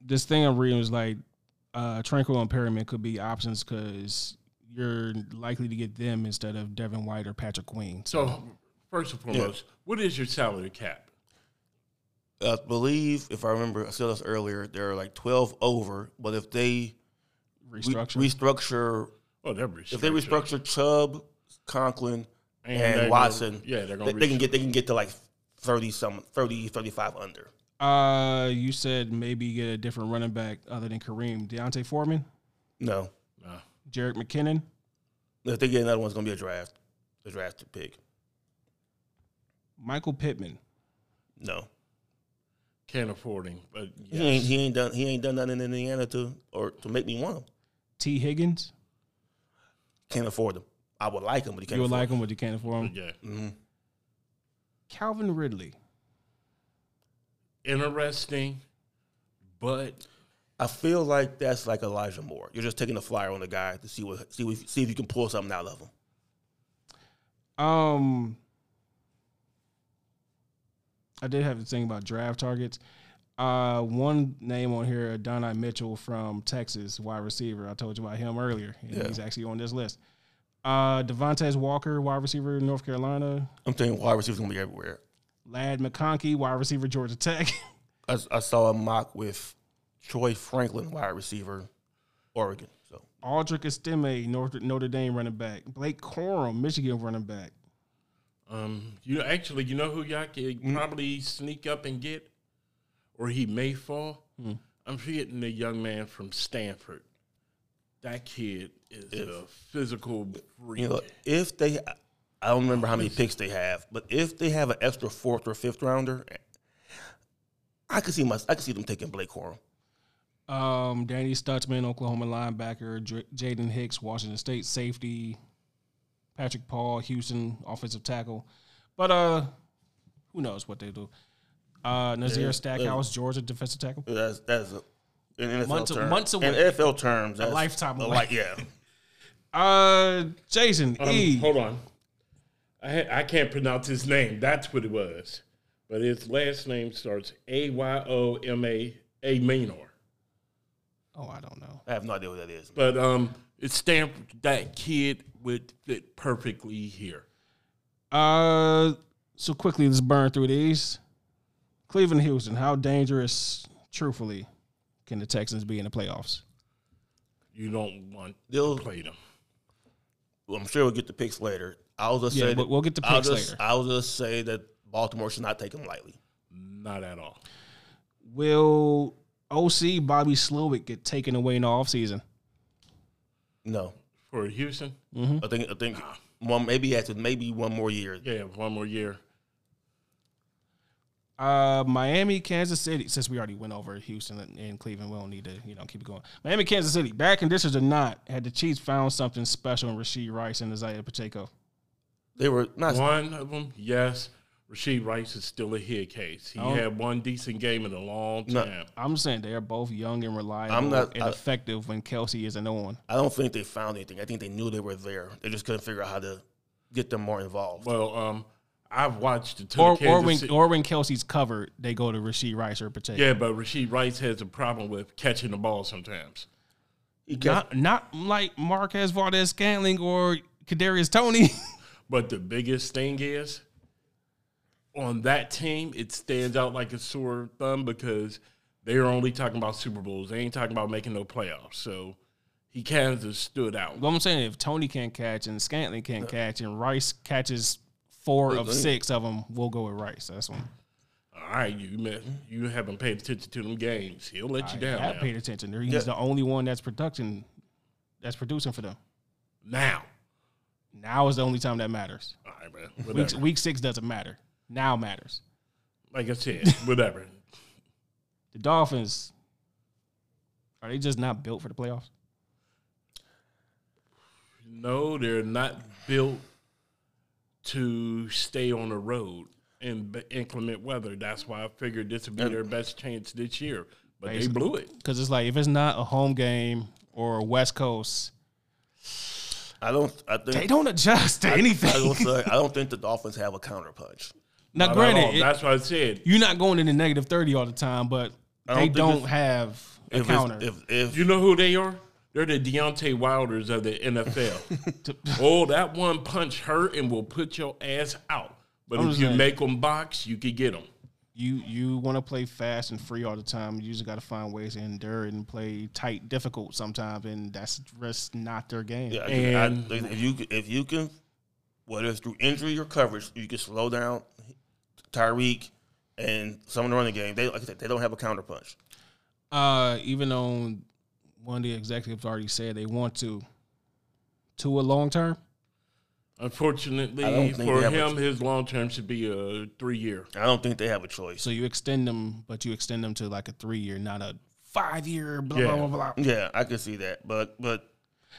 Speaker 1: this thing I'm reading was like uh, Tranquil and Perryman could be options because you're likely to get them instead of Devin White or Patrick Queen.
Speaker 3: So, First and foremost, what is your salary cap?
Speaker 2: I believe, if I remember, I said this earlier, there are like 12 over, but if they re-
Speaker 1: Restructure.
Speaker 2: restructure,
Speaker 3: Oh, they're restructured.
Speaker 2: if they restructure Chubb, Conklin,
Speaker 3: And
Speaker 2: and,
Speaker 3: they're gonna-
Speaker 2: Watson,
Speaker 3: yeah, they're gonna
Speaker 2: they, they can
Speaker 3: restructure.
Speaker 2: get they can get to like 30 some 30 35 under.
Speaker 1: uh, you said maybe get a different running back other than Kareem, Deontay Foreman,
Speaker 2: No.
Speaker 3: Nah.
Speaker 1: Jarek McKinnon.
Speaker 2: If they get another one, it's going to be a draft. A draft pick.
Speaker 1: Michael Pittman.
Speaker 2: No.
Speaker 3: can't afford him. But
Speaker 2: He ain't
Speaker 3: yes.
Speaker 2: he ain't done he ain't done nothing in Indiana to or to make me want him.
Speaker 1: T. Higgins.
Speaker 2: Can't afford him. I would like him, but he can't
Speaker 1: You would
Speaker 2: afford
Speaker 1: like him, but you can't afford him.
Speaker 3: yeah,
Speaker 2: him. Mhm.
Speaker 1: Calvin Ridley.
Speaker 3: interesting, but
Speaker 2: I feel like that's like Elijah Moore. You're just taking a flyer on the guy to see what see what, see if you can pull something out of him.
Speaker 1: Um, I did have to thing about draft targets. Uh, one name on here, Donai Mitchell from Texas, wide receiver. I told you about him earlier. and
Speaker 2: Yeah.
Speaker 1: He's actually on this list. Uh, Devontae Walker, wide receiver, North Carolina.
Speaker 2: I'm thinking wide receiver's gonna be everywhere.
Speaker 1: Lad McConkey, wide receiver, Georgia Tech. [laughs]
Speaker 2: I, I saw a mock with Troy Franklin, wide receiver, Oregon. So
Speaker 1: Aldrich Estime, North, Notre Dame running back. Blake Corum, Michigan running back.
Speaker 3: um, you actually you know who y'all could
Speaker 2: Mm-hmm.
Speaker 3: probably sneak up and get, or he may fall.
Speaker 2: Hmm.
Speaker 3: I'm forgetting the young man from Stanford. That kid is a physical freak.
Speaker 2: you know, if they, I don't remember how many picks they have, but if they have an extra fourth or fifth rounder, I could see my I could see them taking Blake Corum.
Speaker 1: Um, Danny Stutzman, Oklahoma linebacker. J- Jaden Hicks, Washington State safety. Patrick Paul, Houston offensive tackle. But uh, who knows what they do? Uh, Nazir Stackhouse, Georgia defensive tackle.
Speaker 2: That's that's a, in NFL
Speaker 1: Months-
Speaker 2: terms.
Speaker 1: months away.
Speaker 2: In NFL terms, that's
Speaker 1: lifetime away. [laughs]
Speaker 2: Like yeah,
Speaker 1: Uh, Jason
Speaker 3: Um,
Speaker 1: E.
Speaker 3: Hold on, I ha- I can't pronounce his name. That's what it was, but his last name starts A Y O M A A minor.
Speaker 1: Oh, I don't know.
Speaker 2: I have no idea what that is.
Speaker 3: But um, it's Stanford. That kid would fit perfectly here.
Speaker 1: Uh, so quickly, let's burn through these. Cleveland, Houston. How dangerous, truthfully, can the Texans be in the playoffs?
Speaker 3: You don't want
Speaker 2: They'll-
Speaker 3: to play them.
Speaker 2: Well, I'm sure we'll get the picks later. I'll just
Speaker 1: Yeah,
Speaker 2: say
Speaker 1: but
Speaker 2: that-
Speaker 1: we'll get the
Speaker 2: I'll
Speaker 1: picks
Speaker 2: just,
Speaker 1: later.
Speaker 2: I'll just say that Baltimore should not take him lightly.
Speaker 3: Not at all.
Speaker 1: Will OC Bobby Slowick get taken away in the offseason?
Speaker 2: No,
Speaker 3: For Houston,
Speaker 1: Mm-hmm.
Speaker 2: I think I think one maybe after maybe one more year.
Speaker 3: yeah, one more year.
Speaker 1: Uh, Miami, Kansas City. Since we already went over Houston and- and Cleveland, we don't need to you know keep it going. Miami, Kansas City. Bad conditions or not, had the Chiefs found something special in Rasheed Rice and Isaiah Pacheco?
Speaker 2: They were not.
Speaker 3: One of them, yes. Rasheed Rice is still a hit case. He
Speaker 1: Oh.
Speaker 3: had one decent game in a long
Speaker 2: No.
Speaker 3: time.
Speaker 1: I'm saying they are both young and reliable
Speaker 2: I'm not-
Speaker 1: and
Speaker 2: I-
Speaker 1: effective when Kelsey isn't on.
Speaker 2: I don't think they found anything. I think they knew they were there. They just couldn't figure out how to get them more involved.
Speaker 3: Well, um, I've watched it.
Speaker 1: Or, or when or when Kelsey's covered, they go to Rasheed Rice or Pacheco.
Speaker 3: yeah, but Rasheed Rice has a problem with catching the ball sometimes.
Speaker 2: He kept-
Speaker 1: Not not like Marquez Valdez Scantling or Kadarius Tony. [laughs]
Speaker 3: But the biggest thing is on that team, it stands out like a sore thumb because they're only talking about Super Bowls. They ain't talking about making no playoffs. So he kind of stood out.
Speaker 1: Well, I'm saying if Tony can't catch and Scantling can't catch and Rice catches four of six of them, we'll go with Rice. That's one.
Speaker 3: All right, you met, you haven't paid attention to them games. He'll let you down
Speaker 1: I
Speaker 3: now.
Speaker 1: paid attention. He's the only one that's production that's producing for them.
Speaker 3: now.
Speaker 1: Now is the only time that matters.
Speaker 3: All right, man.
Speaker 1: Week,
Speaker 3: Whatever.
Speaker 1: week six doesn't matter. Now matters.
Speaker 3: like
Speaker 1: [laughs]
Speaker 3: I said, whatever.
Speaker 1: The Dolphins are they just not built for the playoffs?
Speaker 3: No, they're not built to stay on the road in b- inclement weather. That's why I figured this would be their best chance this year. But they blew it.
Speaker 1: Because it's like if it's not a home game or a West Coast,
Speaker 2: I don't. I
Speaker 1: they
Speaker 2: think.
Speaker 1: don't adjust to
Speaker 2: I
Speaker 1: anything.
Speaker 2: don't, say- I don't think the Dolphins have a counter punch.
Speaker 1: [laughs] now,
Speaker 3: Not at all.
Speaker 1: granted, it-
Speaker 3: that's why I said
Speaker 1: you're not going into negative 30 all the time, but they
Speaker 2: think
Speaker 1: don't
Speaker 2: it's-
Speaker 1: have a
Speaker 2: If
Speaker 1: counter.
Speaker 2: It's, if if
Speaker 3: you know who they are. They're the Deontay
Speaker 1: [laughs]
Speaker 3: Wilders of the NFL. oh, that one punch hurt and will put your ass out. But
Speaker 1: I'm
Speaker 3: if
Speaker 1: just
Speaker 3: you
Speaker 1: saying.
Speaker 3: make them box, you could get them.
Speaker 1: You you want to play fast and free all the time. You just got to find ways to endure it and play tight, difficult sometimes, and that's just not their game.
Speaker 2: Yeah, I-
Speaker 3: And-
Speaker 2: I, if you if you can, whether it's through injury or coverage, you can slow down Tyreek and some of the running game. They like I said, they don't have a counter punch.
Speaker 1: Uh, even though one of the executives already said they want to to a long term.
Speaker 2: I don't
Speaker 3: Unfortunately
Speaker 2: think
Speaker 3: for
Speaker 2: they have
Speaker 3: him,
Speaker 2: a-
Speaker 3: his long term should be a three year.
Speaker 2: I don't think they have a choice.
Speaker 1: So you extend them, but you extend them to like a three year, not a five year. Blah blah
Speaker 3: Yeah.
Speaker 1: blah blah.
Speaker 2: Yeah, I can see that, but but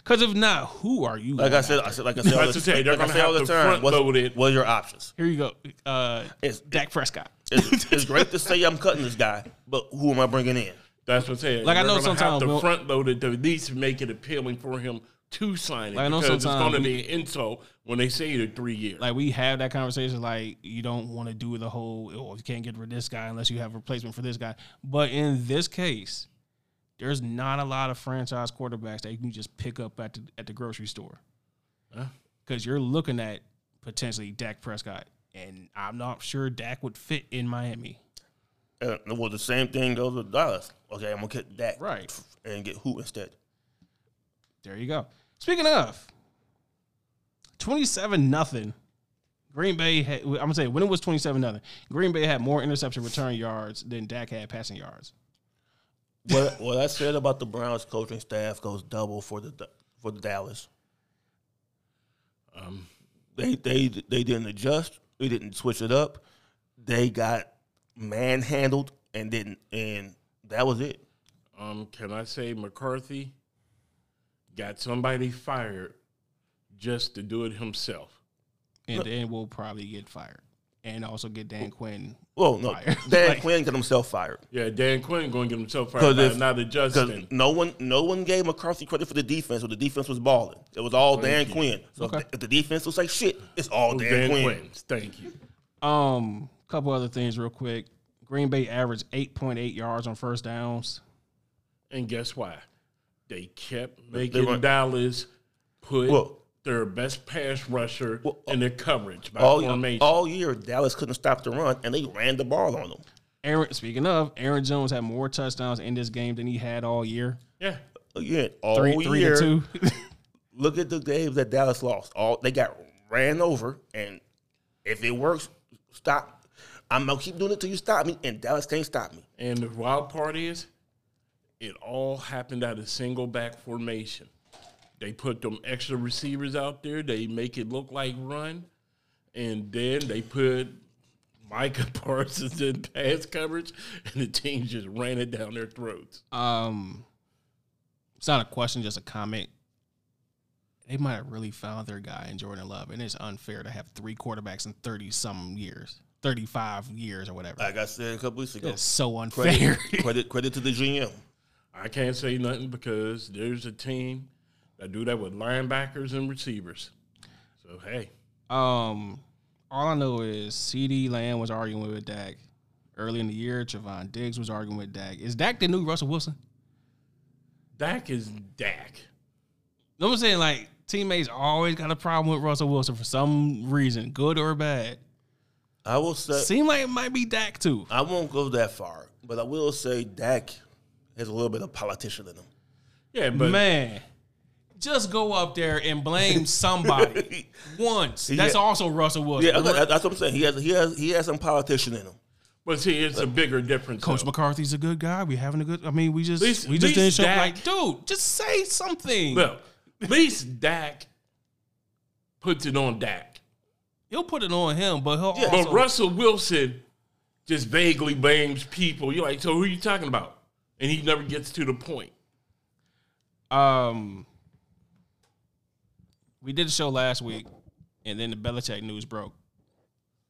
Speaker 1: Because if not, who are you?
Speaker 2: like I said, I said like I said, all
Speaker 3: That's
Speaker 2: the-
Speaker 3: okay, they're
Speaker 2: like I
Speaker 3: gonna
Speaker 2: said all
Speaker 3: have
Speaker 2: the
Speaker 3: to
Speaker 2: time.
Speaker 3: front load
Speaker 2: What's,
Speaker 3: it.
Speaker 2: what are your options?
Speaker 1: here you go, uh,
Speaker 2: It's,
Speaker 1: Dak Prescott.
Speaker 2: it's it's great to say I'm cutting this guy, but who am I bringing in?
Speaker 3: That's what I'm saying.
Speaker 1: Like, I know
Speaker 3: gonna have
Speaker 1: sometimes
Speaker 3: to
Speaker 1: we'll-
Speaker 3: front load it to at least make it appealing for him to sign it.
Speaker 1: Like, I know
Speaker 3: because it's
Speaker 1: sometimes
Speaker 3: going to
Speaker 1: we-
Speaker 3: be an insult when they say the three years.
Speaker 1: Like we have that conversation. Like you don't want to do the whole. Oh, you can't get rid of this guy unless you have a replacement for this guy. But in this case, there's not a lot of franchise quarterbacks that you can just pick up at the at the grocery store.
Speaker 3: Huh?
Speaker 1: Because you're looking at potentially Dak Prescott, and I'm not sure Dak would fit in Miami.
Speaker 2: Uh, well, the same thing goes with Dallas. Okay, I'm gonna get that
Speaker 1: Right.
Speaker 2: and get who instead.
Speaker 1: There you go. Speaking of, 27 nothing. Green Bay had, I'm going to say, when it was 27 nothing, Green Bay had more interception return yards than Dak had passing yards. [laughs]
Speaker 2: What what I said about the Browns coaching staff goes double for the for the Dallas.
Speaker 3: um,
Speaker 2: They they they didn't adjust. They didn't switch it up. They got manhandled and didn't and that was it.
Speaker 3: um, can I say McCarthy got somebody fired just to do it himself?
Speaker 1: And then we'll probably get fired and also get Dan Quinn.
Speaker 2: Well, no,
Speaker 1: Fired. [laughs]
Speaker 2: Dan
Speaker 1: Like-
Speaker 2: Quinn got himself fired
Speaker 3: Yeah, Dan Quinn going to get himself fired
Speaker 2: 'Cause
Speaker 3: by
Speaker 2: if-
Speaker 3: not
Speaker 2: because
Speaker 3: adjusting.
Speaker 2: no one no one gave McCarthy credit for the defense. So the defense was balling. It was all Dan Quinn. So if
Speaker 1: Okay.
Speaker 2: the- if the defense was like shit, it's all Dan,
Speaker 3: Dan
Speaker 2: Quinn.
Speaker 3: Quinn, thank you.
Speaker 1: Um, couple other things real quick. Green Bay averaged 8.8 yards on first downs.
Speaker 3: And guess why? They kept
Speaker 2: they
Speaker 3: making
Speaker 2: were-
Speaker 3: Dallas put
Speaker 2: Well- uh,
Speaker 3: their best pass rusher in their coverage by
Speaker 2: All,
Speaker 3: formation.
Speaker 2: all year, Dallas couldn't stop the run, and they ran the ball on them.
Speaker 1: Aaron, speaking of, Aaron Jones had more touchdowns in this game than he had all year.
Speaker 3: yeah,
Speaker 2: Again, all
Speaker 1: Three,
Speaker 2: year,
Speaker 1: three to
Speaker 2: [laughs]
Speaker 1: two.
Speaker 2: look at the games that Dallas lost. All they got ran over, and if it works, stop. I'm gonna keep doing it till you stop me, and Dallas can't stop me.
Speaker 3: And the wild part is, it all happened out of single back formation. They put them extra receivers out there. They make it look like run, and then they put Micah [laughs] Parsons in pass coverage, and the team just ran it down their throats.
Speaker 1: Um, it's not a question, just a comment. They might have really found their guy in Jordan Love, and it's unfair to have three quarterbacks in thirty some years, thirty five years or whatever.
Speaker 2: Like I said a couple weeks
Speaker 1: [laughs]
Speaker 2: ago,
Speaker 1: It's so unfair.
Speaker 2: credit, credit credit to the GM.
Speaker 3: I can't say nothing because there's a team that do that with linebackers and receivers. So hey,
Speaker 1: um, all I know is C.D. Lamb was arguing with Dak early in the year. Javon Diggs was arguing with Dak. Is Dak the new Russell Wilson?
Speaker 3: Dak is Dak.
Speaker 1: You know what I'm saying? Like teammates always got a problem with Russell Wilson for some reason, good or bad.
Speaker 2: I will say
Speaker 1: Seem like it might be Dak too.
Speaker 2: I won't go that far, but I will say Dak has a little bit of politician in him.
Speaker 3: Yeah, but
Speaker 1: Man, just go up there and blame somebody once. That's
Speaker 2: Yeah.
Speaker 1: also Russell Wilson.
Speaker 2: [laughs] Yeah, okay, that's what I'm saying. He has he has he has some politician in him.
Speaker 3: but see, it's a bigger difference.
Speaker 1: Coach
Speaker 3: though.
Speaker 1: McCarthy's a good guy. We having a good. I mean, we just
Speaker 3: Least-
Speaker 1: we just
Speaker 3: least
Speaker 1: didn't show
Speaker 3: Dak-
Speaker 1: like, dude, just say something.
Speaker 3: Well, at least Dak puts it on Dak.
Speaker 1: He'll put it on him, but he'll
Speaker 2: Yeah.
Speaker 1: also.
Speaker 3: But Russell Wilson just vaguely blames people. You're like, so who are you talking about? And he never gets to the point.
Speaker 1: um, we did a show last week, and then the Belichick news broke.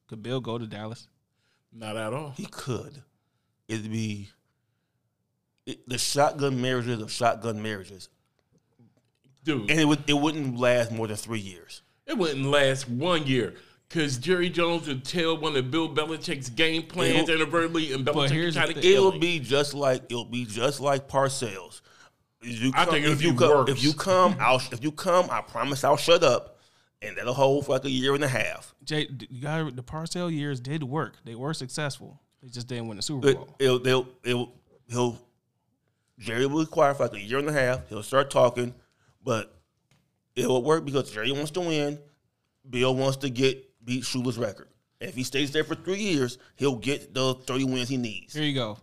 Speaker 1: Could Bill go to Dallas?
Speaker 3: Not at all.
Speaker 2: He could. It'd be it, the shotgun marriages of shotgun marriages,
Speaker 3: Dude,
Speaker 2: and it would it wouldn't last more than three years.
Speaker 3: it wouldn't last one year because Jerry Jones would tell one of Bill Belichick's game plans
Speaker 2: It'll-
Speaker 3: inadvertently, and Belichick would
Speaker 1: here's
Speaker 3: try
Speaker 1: the
Speaker 3: to
Speaker 1: thing.
Speaker 3: kill
Speaker 2: It'll
Speaker 3: him.
Speaker 2: be just like it'll be just like Parcells. You
Speaker 3: I think it'll
Speaker 2: if you
Speaker 3: be
Speaker 2: come,
Speaker 3: worse.
Speaker 2: if you come, I'll if you come, I promise I'll shut up. and that'll hold for like a year and a half.
Speaker 1: Jay, d- you got the Parcell years did work. They were successful. They just didn't win the Super
Speaker 2: It,
Speaker 1: Bowl.
Speaker 2: it'll, they'll, it'll, he'll, Jerry will acquire for like a year and a half. He'll start talking, but it will work because Jerry wants to win. Bill wants to get beat Shula's record. If he stays there for three years, he'll get the thirty wins he needs.
Speaker 3: Mm.
Speaker 1: Here you go.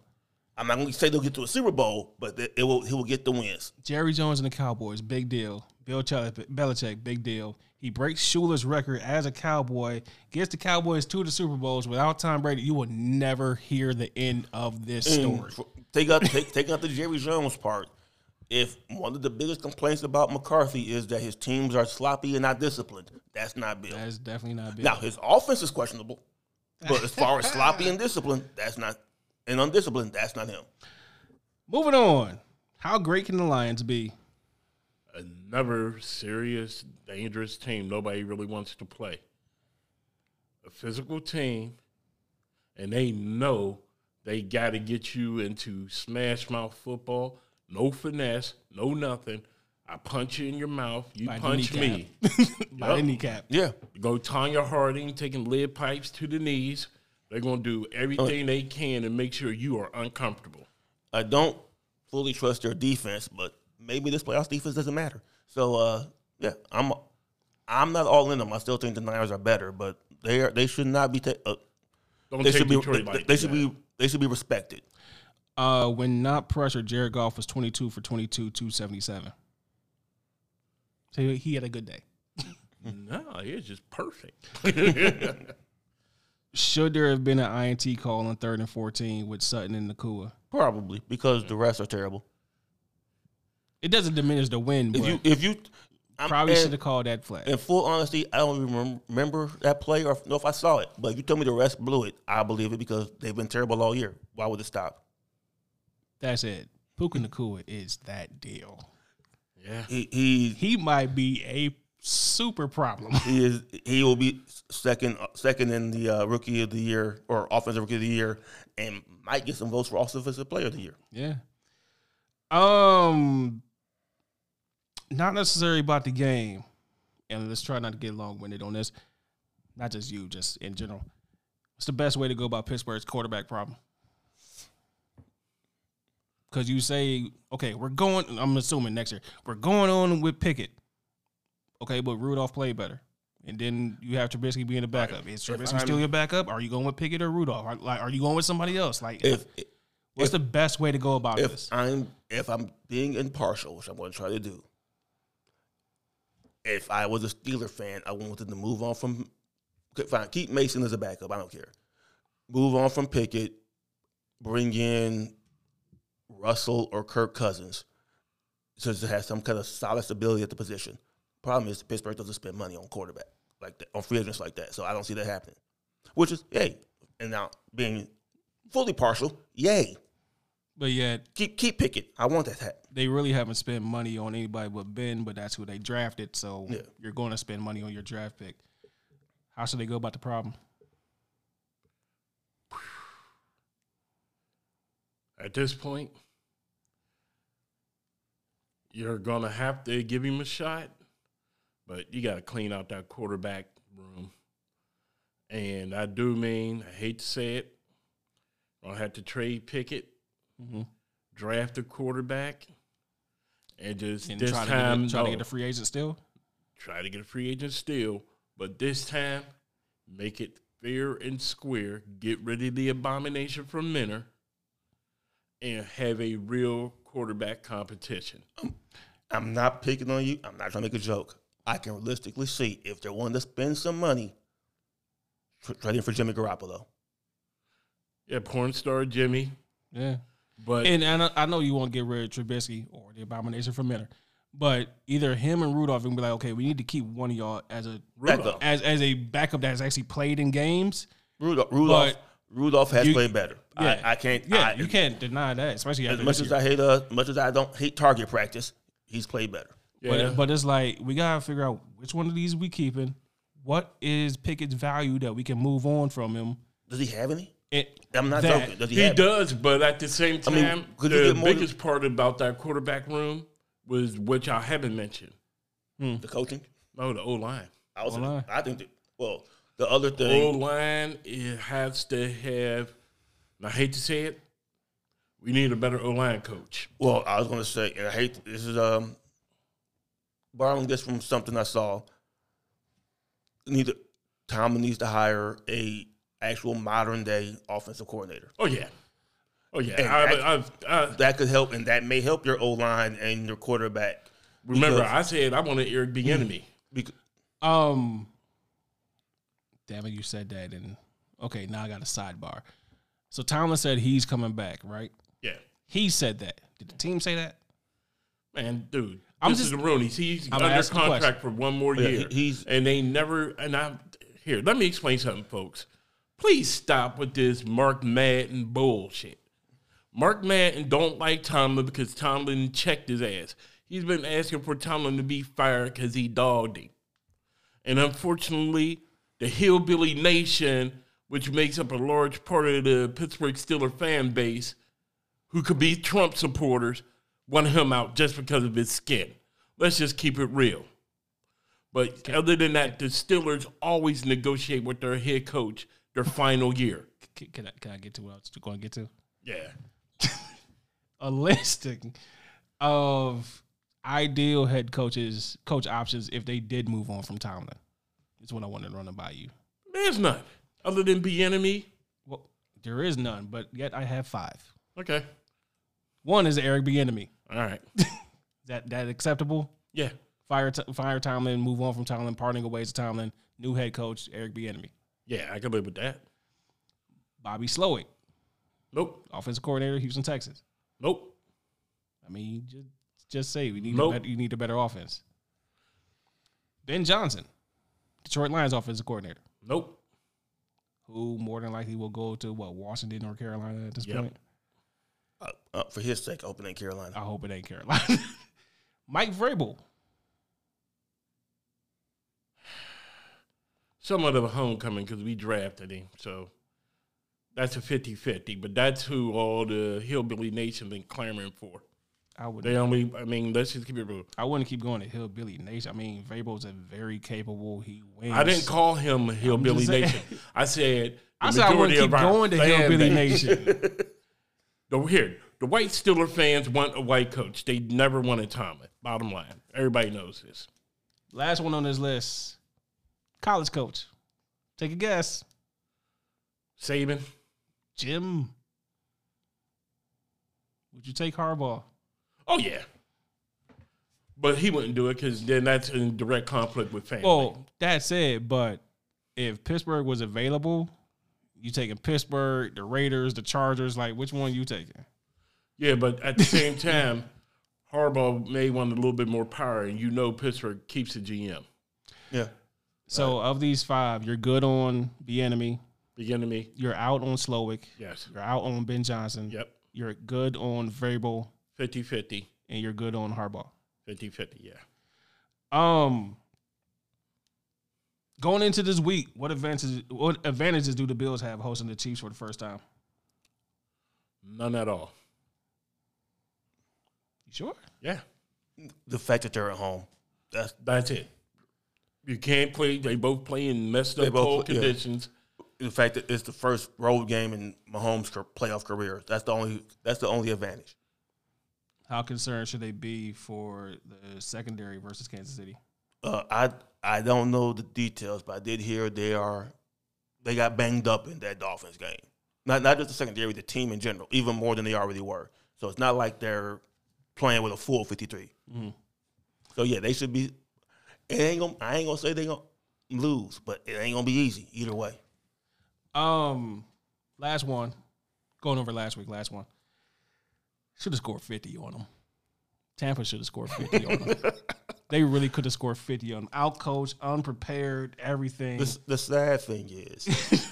Speaker 2: I'm not going to say they'll get to a Super Bowl, but that it will. He will get the wins.
Speaker 1: Jerry Jones and the Cowboys, big deal. Bill Chel- Belichick, big deal. He breaks Shula's record as a Cowboy, gets the Cowboys to the Super Bowls without Tom Brady. You will never hear the end of this story.
Speaker 2: For- Take out take, take out the Jerry Jones part. If one of the biggest complaints about McCarthy is that his teams are sloppy and not disciplined, that's not Bill.
Speaker 1: That's definitely not big.
Speaker 2: now his offense is questionable, but as far as sloppy and disciplined, that's not and undisciplined, that's not him.
Speaker 1: Moving on. How great can the Lions be?
Speaker 3: Another serious, dangerous team nobody really wants to play. A physical team, and they know they got to get you into smash mouth football. No finesse, no nothing. I punch you in your mouth. You
Speaker 1: By the
Speaker 3: punch me.
Speaker 2: [laughs]
Speaker 1: By any cap.
Speaker 2: Yeah,
Speaker 3: Go Tanya Harding taking lead pipes to the knees. They're going to do everything they can to make sure you are uncomfortable.
Speaker 2: I don't fully trust their defense, but maybe this playoffs defense doesn't matter. So uh, yeah, I'm I'm not all in them. I still think the Niners are better, but they are they should not be. Ta- uh,
Speaker 3: Don't
Speaker 2: they
Speaker 3: take
Speaker 2: should be
Speaker 3: Detroit
Speaker 2: they,
Speaker 3: like
Speaker 2: they should
Speaker 3: that.
Speaker 2: be they should be respected.
Speaker 1: Uh, when not pressured, Jared Goff was 22 for 22, 277. So he he had a good day.
Speaker 3: No, it's just perfect.
Speaker 2: [laughs]
Speaker 3: [laughs]
Speaker 1: Should there have been an INT call on third and 14 with Sutton and Nakua?
Speaker 2: Probably because the refs are terrible.
Speaker 1: It doesn't diminish the win, but
Speaker 2: If you if you I'm,
Speaker 1: probably should have
Speaker 2: in,
Speaker 1: called that flag.
Speaker 2: in full honesty, I don't even rem- remember that play or know if I saw it. But if you tell me the refs blew it, I believe it because they've been terrible all year. Why would it stop?
Speaker 1: That's it. Puka Nakua is that deal.
Speaker 3: yeah.
Speaker 2: He he
Speaker 1: He might be a super problem.
Speaker 2: he is he will be second second in the uh, rookie of the year or offensive rookie of the year and might get some votes for offensive player of the year.
Speaker 1: Yeah. Um, not necessarily about the game, and let's try not to get long winded on this. Not just you, just in general. What's the best way to go about Pittsburgh's quarterback problem? Because you say, okay, we're going. I'm assuming next year we're going on with Pickett. Okay, but Rudolph played better, and then you have Trubisky being a backup. Is Trubisky
Speaker 2: I'm-
Speaker 1: still your backup? Are you going with Pickett or Rudolph? Are, like, are you going with somebody else? Like,
Speaker 2: If
Speaker 1: what's the best way to go about
Speaker 2: if
Speaker 1: this?
Speaker 2: I'm if I'm being impartial, which I'm going to try to do, if I was a Steeler fan, I wanted to move on from. okay, Fine, keep Mason as a backup. I don't care. Move on from Pickett. Bring in Russell or Kirk Cousins, so it has some kind of solid stability at the position. Problem is, Pittsburgh doesn't spend money on quarterback like that, on free agents like that. So I don't see that happening. Which is yay. And now being fully partial, yay
Speaker 1: But yet
Speaker 2: keep keep picking. I want that hat.
Speaker 1: they really haven't spent money on anybody but Ben, but that's who they drafted. So
Speaker 2: Yeah.
Speaker 1: you're going to spend money on your draft pick. How should they go about the problem?
Speaker 3: At this point, you're going to have to give him a shot, but you got to clean out that quarterback room. And I do mean, I hate to say it, going to have to trade Pickett,
Speaker 1: Mhm.
Speaker 3: draft a quarterback, and just
Speaker 1: And
Speaker 3: this
Speaker 1: try to,
Speaker 3: time
Speaker 1: get, a- try to
Speaker 3: no.
Speaker 1: get a free agent still?
Speaker 3: try to get a free agent still, but this time make it fair and square. Get rid of the abomination from Minner and have a real quarterback competition.
Speaker 2: I'm not picking on you. I'm not trying to make a joke. I can realistically see if they're willing to spend some money tr- trading for Jimmy Garoppolo.
Speaker 3: Yeah, porn star Jimmy,
Speaker 1: Yeah.
Speaker 3: but
Speaker 1: And, and I, I know you won't get rid of Trubisky or the abomination from Miller, but either him and Rudolph and be like, okay, we need to keep one of y'all as a
Speaker 2: Backup.
Speaker 1: as as a backup that's actually played in games.
Speaker 2: Rudolph Rudolph, Rudolph has
Speaker 1: you-
Speaker 2: played better.
Speaker 1: Yeah.
Speaker 2: I, I can't.
Speaker 1: Yeah,
Speaker 2: I-
Speaker 1: you can't deny that, especially
Speaker 2: As
Speaker 1: after
Speaker 2: much
Speaker 1: this
Speaker 2: as
Speaker 1: year.
Speaker 2: I hate uh, much as I don't hate target practice, he's played better.
Speaker 3: yeah,
Speaker 1: But, but it's like we gotta figure out which one of these we keeping. What is Pickett's value that we can move on from him?
Speaker 2: Does he have any?
Speaker 1: It,
Speaker 2: I'm not
Speaker 1: That-
Speaker 2: joking. Does he,
Speaker 3: he
Speaker 2: have? any?
Speaker 3: does. But at the same time,
Speaker 2: mean, could you
Speaker 3: the
Speaker 2: get more than-
Speaker 3: biggest part about that quarterback room was which I haven't mentioned.
Speaker 2: The coaching.
Speaker 3: Oh, the O line.
Speaker 2: I was.
Speaker 1: Online.
Speaker 2: I think. That, well, the other
Speaker 3: O
Speaker 2: thing.
Speaker 3: line it has to have. And I hate to say it, we need a better O line coach.
Speaker 2: Well, I was going to say, and I hate this is um borrowing this from something I saw. Neither Tomlin needs to hire a actual modern day offensive coordinator
Speaker 3: Oh yeah, oh yeah.
Speaker 2: And that-
Speaker 3: I, I've, I
Speaker 2: that could help, and that may help your O line and your quarterback.
Speaker 3: remember
Speaker 2: Because-
Speaker 3: I said I wanted Eric Bieniemy.
Speaker 2: Because
Speaker 1: Um, damn it, you said that, and okay, now I got a sidebar. So Tomlin said he's coming back, right?
Speaker 3: Yeah,
Speaker 1: He said that. Did the team say that?
Speaker 3: man, dude.
Speaker 1: I'm
Speaker 3: this
Speaker 1: just-
Speaker 3: is the Rooney's. He's
Speaker 1: I'm
Speaker 3: under
Speaker 1: asking a question.
Speaker 3: contract for one more
Speaker 2: Yeah,
Speaker 3: year.
Speaker 2: he- he's-
Speaker 3: and they never. And I here. Let me explain something, folks. Please stop with this Mark Madden bullshit. Mark Madden don't like Tomlin because Tomlin checked his ass. He's been asking for Tomlin to be fired because he dogged him. And unfortunately, the Hillbilly Nation, which makes up a large part of the Pittsburgh Steelers fan base, who could be Trump supporters, want him out just because of his skin. Let's just keep it real. But other than that, the Steelers always negotiate with their head coach their final year.
Speaker 1: C- Can I, can I get to what I was going to get to?
Speaker 3: Yeah.
Speaker 1: A [laughs] listing of ideal head coaches, coach options if they did move on from Tomlin. Is what I wanted to run by you.
Speaker 3: There's none. Other than be enemy.
Speaker 1: Well, there is none, but yet I have five.
Speaker 3: Okay.
Speaker 1: One is Eric Bieniemy.
Speaker 3: All [laughs] right.
Speaker 1: That that acceptable?
Speaker 3: Yeah.
Speaker 1: Fire t- fire Tomlin, move on from Tomlin, parting away to Tomlin, new head coach Eric Bieniemy.
Speaker 3: Yeah, I can live with that.
Speaker 1: Bobby Slowick,
Speaker 3: Nope.
Speaker 1: offensive coordinator, Houston, Texas.
Speaker 3: Nope.
Speaker 1: I mean, just just say we need
Speaker 3: Nope.
Speaker 1: a better, you need a better offense. Ben Johnson, Detroit Lions offensive coordinator,
Speaker 3: Nope.
Speaker 1: who more than likely will go to what Washington or Carolina at this
Speaker 3: Yep.
Speaker 1: point.
Speaker 2: uh, uh, for his sake, opening Carolina.
Speaker 1: I hope it ain't Carolina. [laughs] Mike Vrabel,
Speaker 3: Somewhat of a homecoming because we drafted him. So that's a 50 50. But that's who all the Hillbilly Nation been clamoring for.
Speaker 1: I would
Speaker 3: They only, I mean, let's just keep it real.
Speaker 1: I wouldn't keep going to Hillbilly Nation. I mean, Vrabel's a very capable. He wins.
Speaker 3: I didn't call him a Hillbilly
Speaker 1: saying.
Speaker 3: Nation. I said, the
Speaker 1: I said I wouldn't
Speaker 3: majority
Speaker 1: keep
Speaker 3: of our
Speaker 1: going to
Speaker 3: fan
Speaker 1: Hillbilly
Speaker 3: base- [laughs]
Speaker 1: Nation.
Speaker 3: The, here, the white Steeler fans want a white coach. They never wanted Tomlin. Bottom line, everybody knows this.
Speaker 1: Last one on this list, college coach. Take a guess,
Speaker 3: Saban,
Speaker 1: Jim. Would you take Harbaugh?
Speaker 3: oh yeah, but he wouldn't do it because then that's in direct conflict with family.
Speaker 1: Well, that said, but if Pittsburgh was available, you taking Pittsburgh, the Raiders, the Chargers. Like, which one you taking?
Speaker 3: yeah, but at the same time, [laughs] Harbaugh may want a little bit more power, and you know Pittsburgh keeps a GM.
Speaker 2: yeah,
Speaker 1: So of these five, you're good on the enemy.
Speaker 3: Begin to me,
Speaker 1: You're out on Slowick.
Speaker 3: yes,
Speaker 1: You're out on Ben Johnson.
Speaker 3: yep,
Speaker 1: You're good on Vrabel,
Speaker 3: 50-50,
Speaker 1: and you're good on Harbaugh.
Speaker 3: 50-50, yeah.
Speaker 1: Um, going into this week, what advantages what advantages do the Bills have hosting the Chiefs for the first time?
Speaker 3: None at all.
Speaker 1: You sure?
Speaker 3: Yeah,
Speaker 2: the fact that they're at home. That's
Speaker 3: that's it. You can't play. They both play in messed
Speaker 2: They
Speaker 3: up
Speaker 2: both
Speaker 3: cold
Speaker 2: play- yeah.
Speaker 3: conditions.
Speaker 2: the fact that it's the first road game in Mahomes' car- playoff career. That's the only. That's the only advantage.
Speaker 1: How concerned should they be for the secondary versus Kansas City?
Speaker 2: Uh, I I don't know the details, but I did hear they are they got banged up in that Dolphins game. Not not just the secondary, the team in general, even more than they already were. So it's not like they're playing with a full fifty So yeah, they should be. It ain't gonna, I ain't gonna say they gonna lose, but it ain't gonna be easy either way.
Speaker 1: Um, last one, going over last week. Last one should have scored fifty on them. Tampa should have scored fifty on them. [laughs] They really could have scored fifty on them. Outcoached, unprepared, everything.
Speaker 2: The, s- the sad thing is,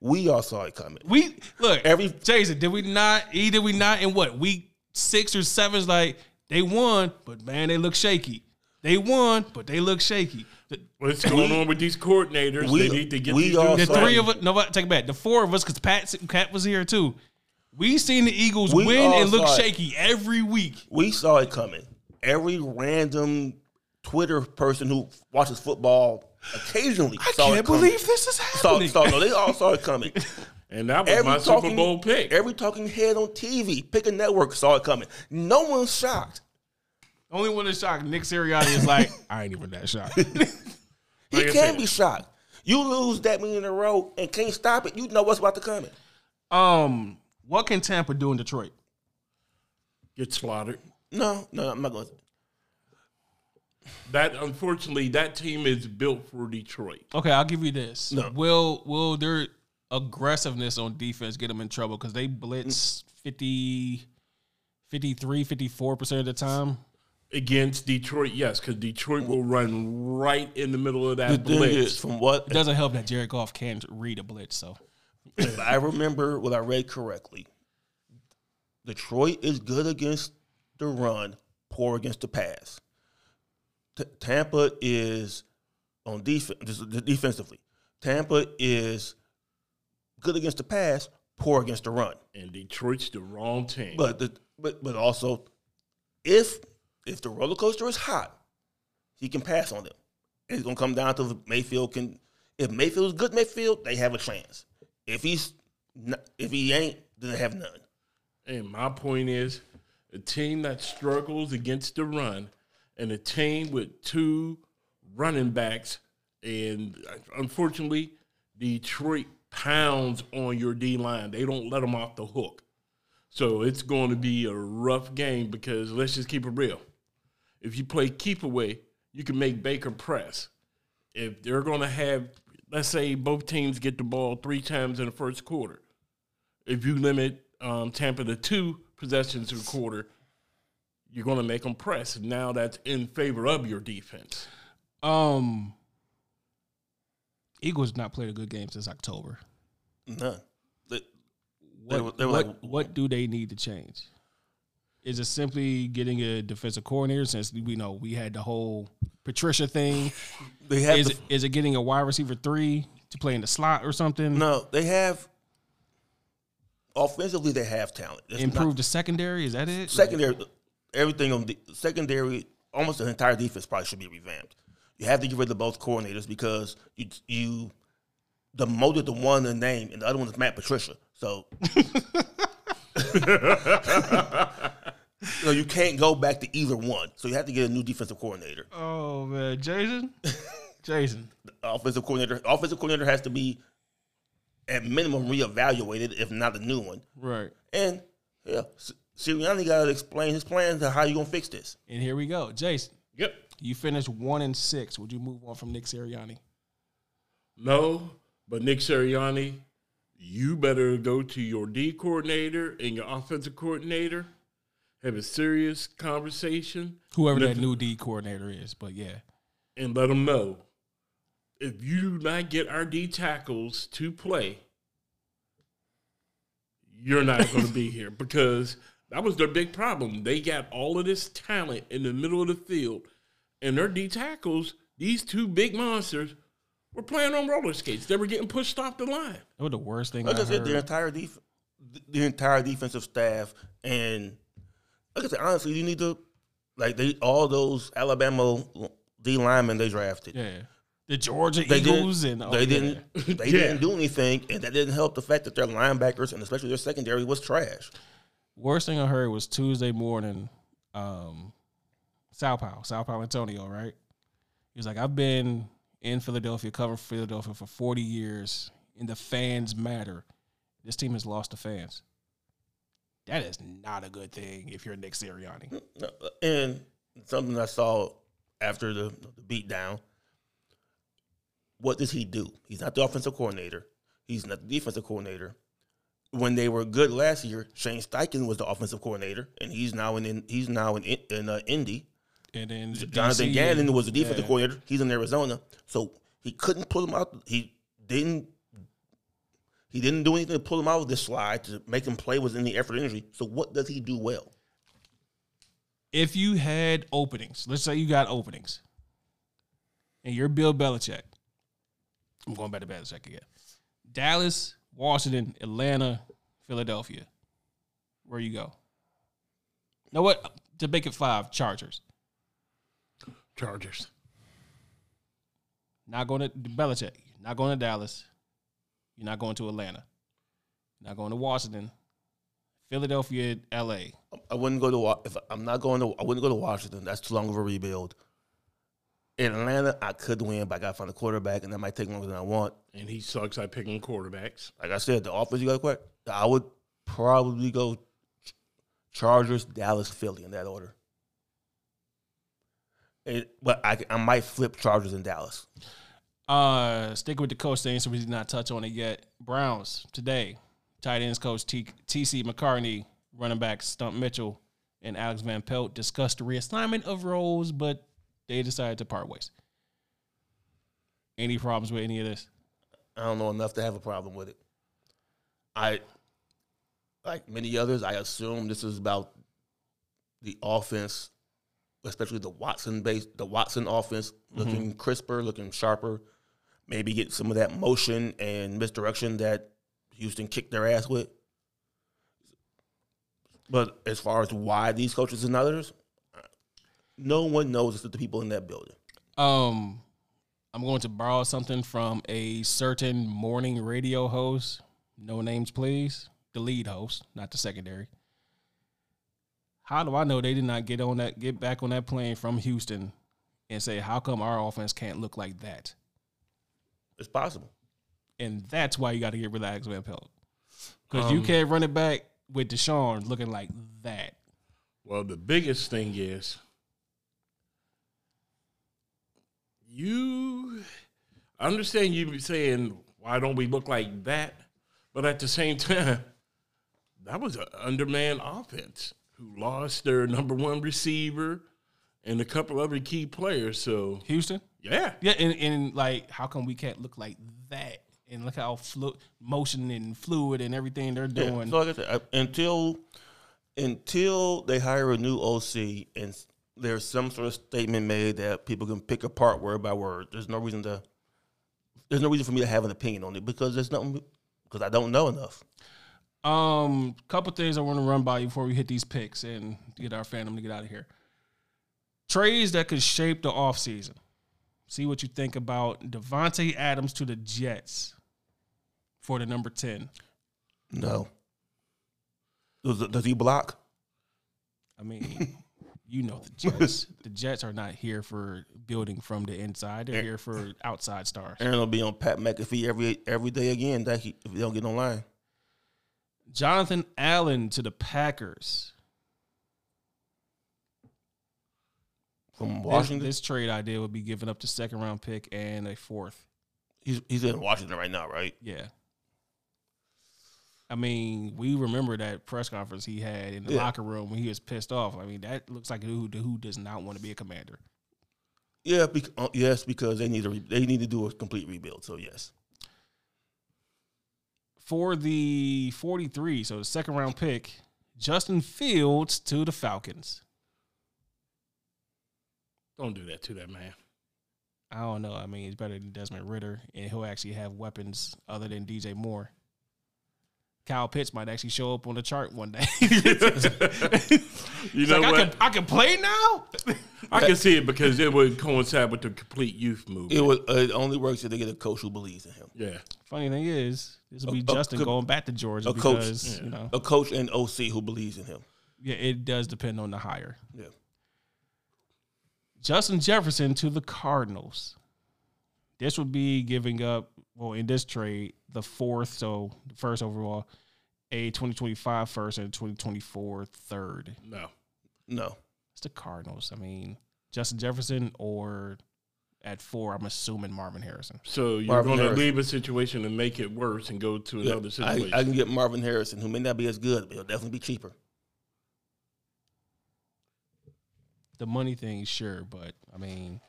Speaker 2: we all saw it coming.
Speaker 1: We look
Speaker 2: Every-
Speaker 1: Jason. Did we not? E did we not? In what week six or seven's like they won, but man, they look shaky. They won, but they look shaky. The,
Speaker 3: What's going on with these coordinators?
Speaker 2: we-
Speaker 3: they need to get
Speaker 2: we
Speaker 3: these
Speaker 1: the
Speaker 2: all
Speaker 3: dudes
Speaker 2: saw-
Speaker 3: out.
Speaker 1: three of us. No, what, take it back. The four of us, because Pat Cat was here too. We seen the Eagles
Speaker 2: We
Speaker 1: win
Speaker 2: all
Speaker 1: and look
Speaker 2: saw it.
Speaker 1: shaky every week.
Speaker 2: We saw it coming. Every random Twitter person who watches football occasionally.
Speaker 1: I
Speaker 2: saw it
Speaker 1: can't
Speaker 2: coming.
Speaker 1: believe this is
Speaker 2: Saw,
Speaker 1: happening.
Speaker 2: saw, no, they all saw it
Speaker 3: [laughs]
Speaker 2: coming.
Speaker 3: And that was
Speaker 2: Every
Speaker 3: my Super
Speaker 2: talking,
Speaker 3: Bowl pick.
Speaker 2: every talking head on TV, pick a network, saw it coming. No one's shocked.
Speaker 1: Only one that's shocked. Nick Sirianni is like, [laughs] I ain't even that [laughs] shocked.
Speaker 2: He
Speaker 3: Like I
Speaker 2: can
Speaker 3: said.
Speaker 2: be shocked. You lose that many in a row and can't stop it. You know what's about to come.
Speaker 1: um, what can Tampa do in Detroit?
Speaker 3: Get slaughtered.
Speaker 2: No, no, I'm not going. to.
Speaker 3: That unfortunately, that team is built for Detroit.
Speaker 1: Okay, I'll give you this.
Speaker 2: No.
Speaker 1: Will will their aggressiveness on defense get them in trouble because they
Speaker 2: Mm.
Speaker 1: blitz 50, 53, 54% of the time?
Speaker 3: Against Detroit, yes, because Detroit will run right in the middle of that
Speaker 2: The thing is,
Speaker 3: blitz.
Speaker 2: from what
Speaker 1: It doesn't help that Jared Goff can't read a blitz, so.
Speaker 2: if I remember what I read correctly, Detroit is good against the run, poor against the pass. T- Tampa is on defense, just de- defensively. Tampa is good against the pass, poor against the run.
Speaker 3: And Detroit's the wrong team.
Speaker 2: But the, but but also, if if the roller coaster is hot, he can pass on them. It's gonna come down to if Mayfield can. If Mayfield's good, Mayfield they have a chance. If he's not, if he ain't, then they have none.
Speaker 3: And my point is a team that struggles against the run and a team with two running backs. And unfortunately, Detroit pounds on your D line. They don't let them off the hook. So it's going to be a rough game because let's just keep it real. If you play keep away, you can make Baker press. If they're going to have, let's say both teams get the ball three times in the first quarter if you limit um, Tampa to two possessions a quarter, you're going to make them press. Now that's in favor of your defense.
Speaker 1: Um, Eagles not played a good game since October.
Speaker 2: None. They-
Speaker 1: What,
Speaker 2: were- they were
Speaker 1: what,
Speaker 2: like-
Speaker 1: what do they need to change? Is it simply getting a defensive coordinator since we know we had the whole Patricia
Speaker 2: [laughs]
Speaker 1: thing?
Speaker 2: They have
Speaker 1: Is
Speaker 2: the-
Speaker 1: it, is it getting a wide receiver three to play in the slot or something?
Speaker 2: no. They have offensively. They have talent. It's not-
Speaker 1: Improve the secondary? Is that it?
Speaker 2: secondary, everything on the secondary, almost the entire defense probably should be revamped. You have to get rid of both coordinators because you you demoted the one in name and the other one is Matt Patricia. So, [laughs] so you can't go back to either one. So you have to get a new defensive coordinator.
Speaker 1: oh man,
Speaker 2: [laughs]
Speaker 1: Jason, Jason.
Speaker 2: Offensive coordinator, offensive coordinator has to be at minimum reevaluated, if not a new one.
Speaker 1: Right.
Speaker 2: And yeah, S- Sirianni got to explain his plans to how you gonna fix this.
Speaker 1: And here we go, Jason.
Speaker 3: Yep.
Speaker 1: You finished one and six. Would you move on from Nick Sirianni?
Speaker 3: No, but Nick Sirianni, you better go to your D coordinator and your offensive coordinator, have a serious conversation,
Speaker 1: Whoever that new D coordinator is, but yeah.
Speaker 3: and let them know if you do not get our D tackles to play, you're not going to be here because that was their big problem. They got all of this talent in the middle of the field, and their D tackles, these two big monsters, were playing on roller skates. They were getting pushed off the line.
Speaker 1: That was the worst thing I,
Speaker 2: Like I said,
Speaker 1: heard.
Speaker 2: the entire def- the entire defensive staff, and like I said, honestly, you need to like they all those Alabama D linemen they drafted.
Speaker 1: yeah, the Georgia
Speaker 2: They
Speaker 1: Eagles
Speaker 2: didn't.
Speaker 1: and oh,
Speaker 2: they
Speaker 1: yeah.
Speaker 2: didn't. They
Speaker 1: [laughs]
Speaker 3: Yeah.
Speaker 2: didn't do anything, and that didn't help the fact that their linebackers and especially their secondary was trash.
Speaker 1: Worst thing I heard was Tuesday morning, um, Sao Paulo, Sao Paulo Antonio, right? He was like, I've been in Philadelphia, covering Philadelphia for 40 years, and the fans matter. This team has lost the fans. That is not a good thing if you're Nick Sirianni.
Speaker 2: And something I saw after the, the beatdown. What does he do? He's not the offensive coordinator. He's not the defensive coordinator. When they were good last year, Shane Steichen was the offensive coordinator, and he's now in he's now in in uh, Indy.
Speaker 1: And then
Speaker 2: Jonathan
Speaker 1: DC
Speaker 2: Gannon was the defensive
Speaker 1: yeah.
Speaker 2: coordinator. He's in Arizona, so he couldn't pull him out. He didn't. He didn't do anything to pull him out of this slide to make him play with any effort, and energy. So what does he do well?
Speaker 1: if you had openings, let's say you got openings, and you're Bill Belichick. I'm going back to Belichick again. Dallas, Washington, Atlanta, Philadelphia. Where you go? Know what? To make it five, Chargers.
Speaker 3: Chargers.
Speaker 1: Not going to Belichick. You're not going to Dallas. You're not going to Atlanta. You're not going to Washington. Philadelphia, L.A.
Speaker 2: I wouldn't go to Wa- if I'm not going to I wouldn't go to Washington. That's too long of a rebuild. In Atlanta, I could win, but I gotta find a quarterback, and that might take longer than I want.
Speaker 3: And he sucks at picking quarterbacks.
Speaker 2: Like I said, the offense you got quite. I would probably go Ch- Chargers, Dallas, Philly in that order. It, but I, c- I might flip Chargers and Dallas.
Speaker 1: Uh, stick with the coach thing, so we did not touch on it yet. Browns today, tight ends coach T- T.C. McCartney, running back Stump Mitchell, and Alex Van Pelt discussed the reassignment of roles, but they decided to part ways. Any problems with any of this?
Speaker 2: I don't know enough to have a problem with it. I, like many others, I assume this is about the offense, especially the Watson base, the Watson offense looking crisper, looking sharper. Maybe get some of that motion and misdirection that Houston kicked their ass with. But as far as why these coaches and others, no one knows except the people in that building.
Speaker 1: Um, I'm going to borrow something from a certain morning radio host. No names, please. The lead host, not the secondary. How do I know they did not get on that get back on that plane from Houston and say, "How come our offense can't look like that?"
Speaker 2: It's possible.
Speaker 1: And that's why you got to get relaxed, Van Pelt, because you
Speaker 3: Um,
Speaker 1: can't run it back with Deshaun looking like that.
Speaker 3: Well, the biggest thing is you I understand you be saying why don't we look like that? But at the same [laughs] time, that was an undermanned offense who lost their number one receiver and a couple other key players. So
Speaker 1: Houston,
Speaker 3: yeah.
Speaker 1: yeah, and, and like, how come we can't look like that? And look how flu- motion and fluid and everything they're
Speaker 2: Yeah,
Speaker 1: doing.
Speaker 2: So like I said, I- until until they hire a new OC and s- there's some sort of statement made that people can pick apart word by word, there's no reason to there's no reason for me to have an opinion on it because there's nothing because I don't know enough.
Speaker 1: Um, couple things I want to run by you before we hit these picks and get our fandom to get out of here. Trades that could shape the offseason. See what you think about Devontae Adams to the Jets for the number 10.
Speaker 2: No. Does, does he block?
Speaker 1: I
Speaker 2: [laughs]
Speaker 1: mean, you know the Jets. The Jets are not here for building from the inside. They're here for outside stars.
Speaker 2: Aaron will be on Pat McAfee every every day again that he if they don't get online.
Speaker 1: Jonathan Allen to the Packers.
Speaker 2: From
Speaker 1: This-
Speaker 2: Washington.
Speaker 1: This, trade idea would be giving up the second round pick and a fourth.
Speaker 2: he's he's in Washington right now, right?
Speaker 1: Yeah. I mean, we remember that press conference he had in the
Speaker 2: Yeah.
Speaker 1: locker room when he was pissed off. I mean, that looks like a dude who does not want to be a commander.
Speaker 2: Yeah, bec- uh, yes, because they need to re- they need to do a complete rebuild. So yes.
Speaker 1: For the 43, so the second round pick, Justin Fields to the Falcons.
Speaker 3: Don't do that to that man. [laughs]
Speaker 1: I don't know. I mean, it's better than Desmond Ritter, and he'll actually have weapons other than DJ Moore. Kyle Pitts might actually show up on the chart one day. [laughs]
Speaker 3: You
Speaker 1: He's
Speaker 3: know
Speaker 1: like, I
Speaker 3: what?
Speaker 1: can, I can play now? [laughs]
Speaker 3: I can see it because it would coincide with the complete youth
Speaker 2: It
Speaker 3: movement.
Speaker 2: was. uh, It only works if they get a coach who believes in him.
Speaker 3: Yeah.
Speaker 1: Funny thing is, this will be
Speaker 2: A- a
Speaker 1: Justin
Speaker 2: co-
Speaker 1: going back to Georgia
Speaker 2: a coach.
Speaker 1: because you know,
Speaker 2: A coach and OC who believes in him.
Speaker 1: yeah, it does depend on the hire.
Speaker 2: Yeah.
Speaker 1: Justin Jefferson to the Cardinals. This would be giving up, well, in this trade, the fourth, so the first overall, a 2025 first and a 2024 third.
Speaker 3: No.
Speaker 2: No.
Speaker 1: It's the Cardinals. I mean, Justin Jefferson or at four, I'm assuming Marvin Harrison.
Speaker 3: So you're
Speaker 2: Marvin
Speaker 3: going to
Speaker 2: Harrison.
Speaker 3: leave a situation and make it worse and go to another
Speaker 2: I,
Speaker 3: situation.
Speaker 2: I can get Marvin Harrison, who may not be as good, but he'll definitely be cheaper.
Speaker 1: The money thing, sure, but I mean,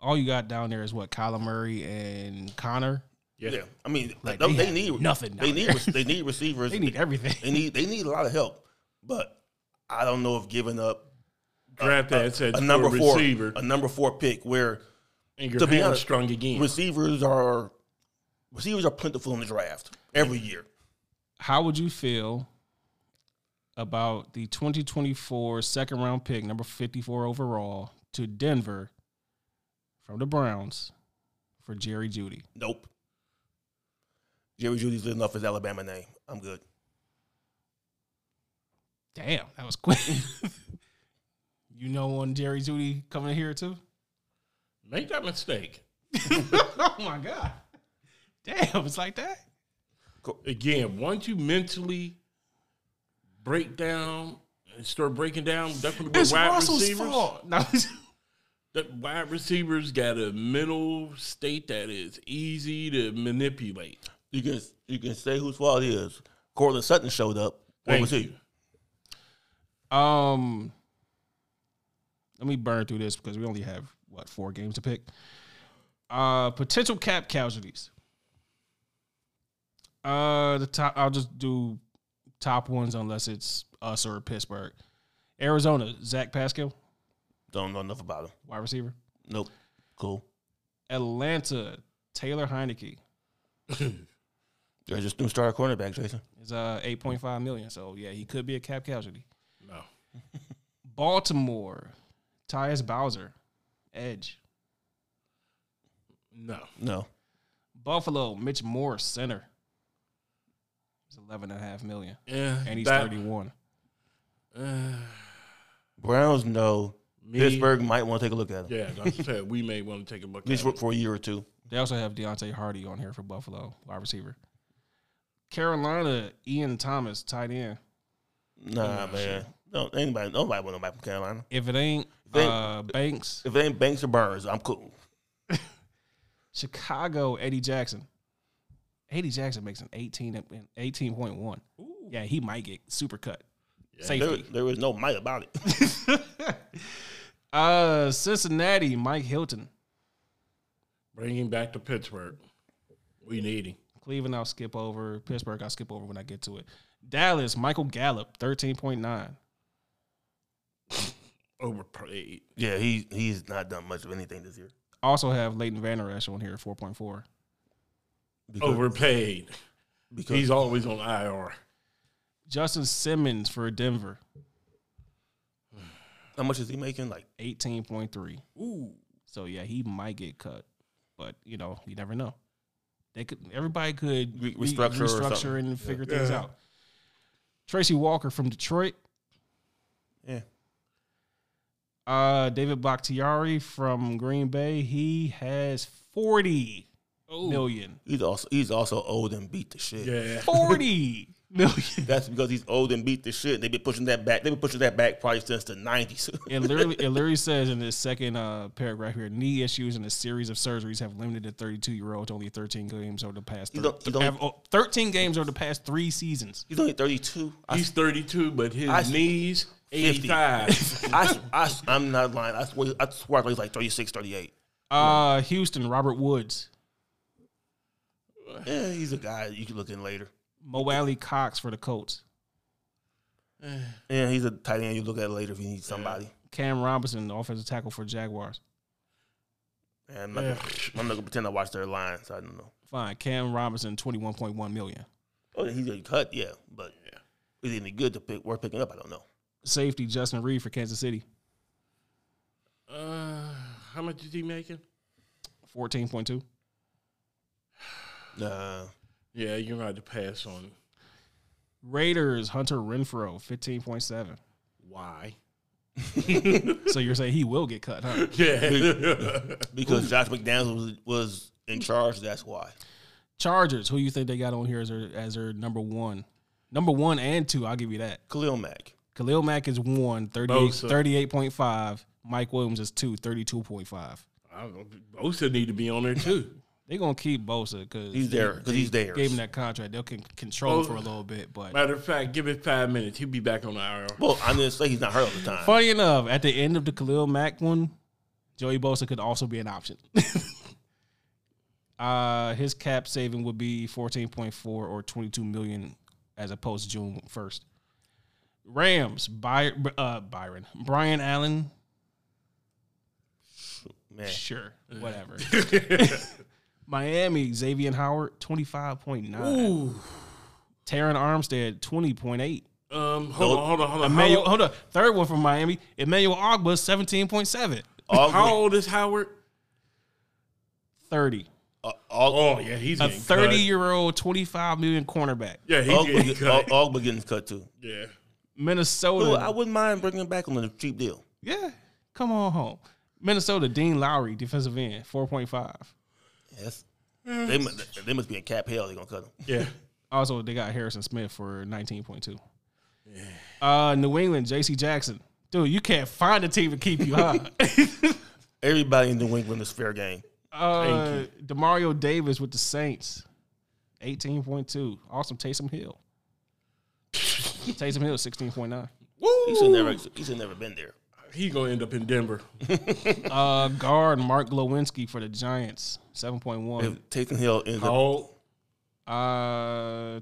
Speaker 1: all you got down there is what Kyler Murray and Connor.
Speaker 3: yeah.
Speaker 2: Yeah. I mean,
Speaker 1: Like,
Speaker 2: they,
Speaker 1: they
Speaker 2: they
Speaker 1: have
Speaker 2: need
Speaker 1: nothing
Speaker 2: They
Speaker 1: down
Speaker 2: need.
Speaker 1: there. [laughs]
Speaker 2: rec- They need receivers.
Speaker 1: They need everything. [laughs]
Speaker 2: They need. They need a lot of help. But I don't know if giving up
Speaker 3: Draft that at
Speaker 2: a number
Speaker 3: for
Speaker 2: four,
Speaker 3: receiver
Speaker 2: a number four pick, where
Speaker 3: and your
Speaker 2: to be
Speaker 3: hamstrung
Speaker 2: honest,
Speaker 3: strung again.
Speaker 2: receivers are receivers are plentiful in the draft every year.
Speaker 1: How would you feel about the 2024 second round pick, number 54 overall, to Denver from the Browns for Jerry Judy.
Speaker 2: Nope. Jerry Judy's lit enough as Alabama name. I'm good.
Speaker 1: Damn, that was quick. [laughs] you know, on Jerry Judy coming here too.
Speaker 3: Make that mistake.
Speaker 1: [laughs] oh my god! Damn, it's like that.
Speaker 3: Again, once you mentally break down and start breaking down, definitely with
Speaker 1: It's
Speaker 3: wide
Speaker 1: Russell's
Speaker 3: receivers.
Speaker 1: fault. [laughs] No,
Speaker 3: That wide receivers got a mental state that is easy to manipulate.
Speaker 2: You can you can say whose fault it is. Cortland Sutton showed up. What
Speaker 3: Thank
Speaker 2: was
Speaker 3: you.
Speaker 2: he?
Speaker 1: Um, let me burn through this because we only have what four games to pick. Uh, potential cap casualties. Uh, the top. I'll just do top ones unless it's us or Pittsburgh. Arizona, Zach Pascal,
Speaker 2: Don't know enough about him.
Speaker 1: wide receiver.
Speaker 2: Nope. Cool.
Speaker 1: Atlanta, Taylor Heineke
Speaker 2: There's just new starter cornerback, Jason.
Speaker 1: is uh eight point five million. So yeah, he could be a cap casualty.
Speaker 3: No.
Speaker 1: Baltimore, Tyus Bowser, edge.
Speaker 3: No.
Speaker 2: No.
Speaker 1: Buffalo, Mitch Morse, center. It's 11 and a half million.
Speaker 3: Yeah.
Speaker 1: And he's
Speaker 3: that-
Speaker 1: 31.
Speaker 3: uh,
Speaker 2: Browns, no.
Speaker 3: me-
Speaker 2: Pittsburgh might want to take a look at him.
Speaker 3: Yeah, like I said, we may want to take a look
Speaker 2: At least for,
Speaker 3: at it.
Speaker 2: for a year or two.
Speaker 1: They also have Deontay Hardy on here for Buffalo, wide receiver. Carolina, Ian Thomas, tight end.
Speaker 2: Nah,
Speaker 3: Oh,
Speaker 2: man. No, anybody, nobody want nobody from Carolina.
Speaker 1: If it ain't
Speaker 2: They-
Speaker 1: uh, Banks,
Speaker 2: If it ain't Banks or Burns, I'm cool.
Speaker 1: Chicago, Eddie Jackson. Eddie Jackson makes an 18 and 18.1. Yeah, he might get super cut.
Speaker 2: There,
Speaker 1: Safety.
Speaker 2: there is no might about it. [laughs]
Speaker 1: [laughs] uh, Cincinnati, Mike Hilton.
Speaker 3: Bring him back to Pittsburgh. We need him.
Speaker 1: Cleveland, I'll skip over. Pittsburgh, I'll skip over when I get to it. Dallas, Michael Gallup, 13.9.
Speaker 3: Overpaid.
Speaker 2: yeah, he he's not done much of anything this year.
Speaker 1: Also have Leighton Vander Esch on here, 4.4.
Speaker 2: Because,
Speaker 3: Overpaid.
Speaker 2: because
Speaker 3: He's always on IR.
Speaker 1: Justin Simmons for Denver,
Speaker 2: how much is he making? Like
Speaker 1: 18.3.
Speaker 3: Ooh.
Speaker 1: So, yeah, he might get cut, but, you know, you never know. They could. Everybody could
Speaker 2: Re- restructure or
Speaker 1: restructure
Speaker 2: something.
Speaker 1: and figure things
Speaker 3: Yeah.
Speaker 1: out. Tracy Walker from Detroit.
Speaker 2: yeah,
Speaker 1: Uh, David Bakhtiari from Green Bay. He has forty million. [laughs]
Speaker 2: he's also he's also old and beat the shit.
Speaker 3: Yeah.
Speaker 1: 40 million.
Speaker 2: That's because he's old and beat the shit. They've been pushing that back. They've been pushing that back probably since the nineties. [laughs]
Speaker 1: It literally, it literally says in this second uh, paragraph here, knee issues and a series of surgeries have limited the 32 year old to only 13 games over the past
Speaker 2: You
Speaker 1: thir-
Speaker 2: don't- you don't-
Speaker 1: have- oh, 13 games over the past three seasons.
Speaker 2: he's only thirty two. I,
Speaker 3: He's 32, but his
Speaker 2: I-
Speaker 3: knees,
Speaker 2: 50.
Speaker 3: 85.
Speaker 2: [laughs]
Speaker 3: [laughs]
Speaker 2: I, I, am not lying. I swear, I swear, I think he's like 36, 38.
Speaker 1: Uh, Houston, Robert Woods,
Speaker 2: Yeah, he's a guy you can look in later.
Speaker 1: Mo Alley Cox for the Colts,
Speaker 2: Yeah, he's a tight end you look at later if you need somebody.
Speaker 1: Cam Robinson, the offensive tackle for Jaguars.
Speaker 2: And I'm not, gonna, I'm not gonna pretend I watched their lines. I don't know.
Speaker 1: Fine, Cam Robinson, 21.1 million.
Speaker 2: Oh, he's getting cut, yeah, but is he any good to pick? Worth picking up? I don't know.
Speaker 1: Safety, Justin Reed for Kansas City,
Speaker 3: uh, how much is he making?
Speaker 1: 14.2.
Speaker 2: Nah,
Speaker 3: Yeah, you're going to have to pass on him.
Speaker 1: Raiders, Hunter Renfro, 15.7.
Speaker 3: Why? [laughs]
Speaker 1: So you're saying he will get cut, huh?
Speaker 3: Yeah.
Speaker 2: [laughs] because Josh McDaniels was, was in charge. That's why.
Speaker 1: Chargers, who you think they got on here as their as their number one? Number one and two, I'll give you that.
Speaker 2: Khalil Mack.
Speaker 1: Khalil Mack is one, 38,
Speaker 3: Bosa.
Speaker 1: 38.5. Mike Williams is two, 32.5.
Speaker 3: [laughs] I don't know. Bosa need to be on there too.
Speaker 1: They're going to keep Bosa because
Speaker 2: He's there because he's there.
Speaker 1: gave him that contract. They'll can control him
Speaker 3: Bo-
Speaker 1: for a little bit. But
Speaker 3: Matter of fact, give it five minutes. He'll be back on the IR.
Speaker 2: Well, I'm gonna say he's not hurt all the time.
Speaker 1: funny enough, at the end of the Khalil Mack one, Joey Bosa could also be an option. [laughs] uh, his cap saving would be 14.4 or 22 million as opposed to June 1st. Rams, By- uh, Byron, Brian Allen,
Speaker 2: Man,
Speaker 1: sure,
Speaker 3: [laughs]
Speaker 1: whatever. Miami, Xavier Howard, 25.9.
Speaker 3: Ooh.
Speaker 1: Taron Armstead, 20.8.
Speaker 2: Nope.
Speaker 3: Um, hold on, hold on, hold on.
Speaker 1: Emmanuel,
Speaker 3: how,
Speaker 1: hold on. Third one from Miami. Emmanuel Ogba, seventeen point seven.
Speaker 2: Ogba-
Speaker 3: how old is Howard?
Speaker 1: Thirty.
Speaker 2: Uh, Og-
Speaker 3: Oh yeah, he's
Speaker 1: A
Speaker 3: getting cut.
Speaker 1: thirty-year-old, twenty-five million cornerback.
Speaker 3: Yeah, he's
Speaker 2: Ogba
Speaker 3: getting
Speaker 2: get-
Speaker 3: cut.
Speaker 2: Og- Ogba getting cut too.
Speaker 3: Yeah,
Speaker 1: Minnesota.
Speaker 2: Well, I wouldn't mind bringing him back on a cheap deal.
Speaker 1: yeah, come on home. Minnesota. Dean Lowry, defensive end, four point five.
Speaker 2: Yes. They must, they must be in cap hell. They're gonna cut him.
Speaker 3: yeah.
Speaker 1: Also, they got Harrison Smith for nineteen point two. Uh, New England, J.C. Jackson. Dude, you can't find a team to keep you, huh?
Speaker 2: Everybody in New England is fair game.
Speaker 1: uh, Demario Davis with the Saints, eighteen point two. Awesome, Taysom Hill. Taysom Hill, sixteen point nine.
Speaker 2: He should never he should never been there.
Speaker 3: He gonna end up in Denver.
Speaker 1: Uh, guard Mark Glowinski for the Giants, seven point one.
Speaker 2: If Taysom Hill ends
Speaker 3: How
Speaker 2: up,
Speaker 3: old?
Speaker 1: Uh,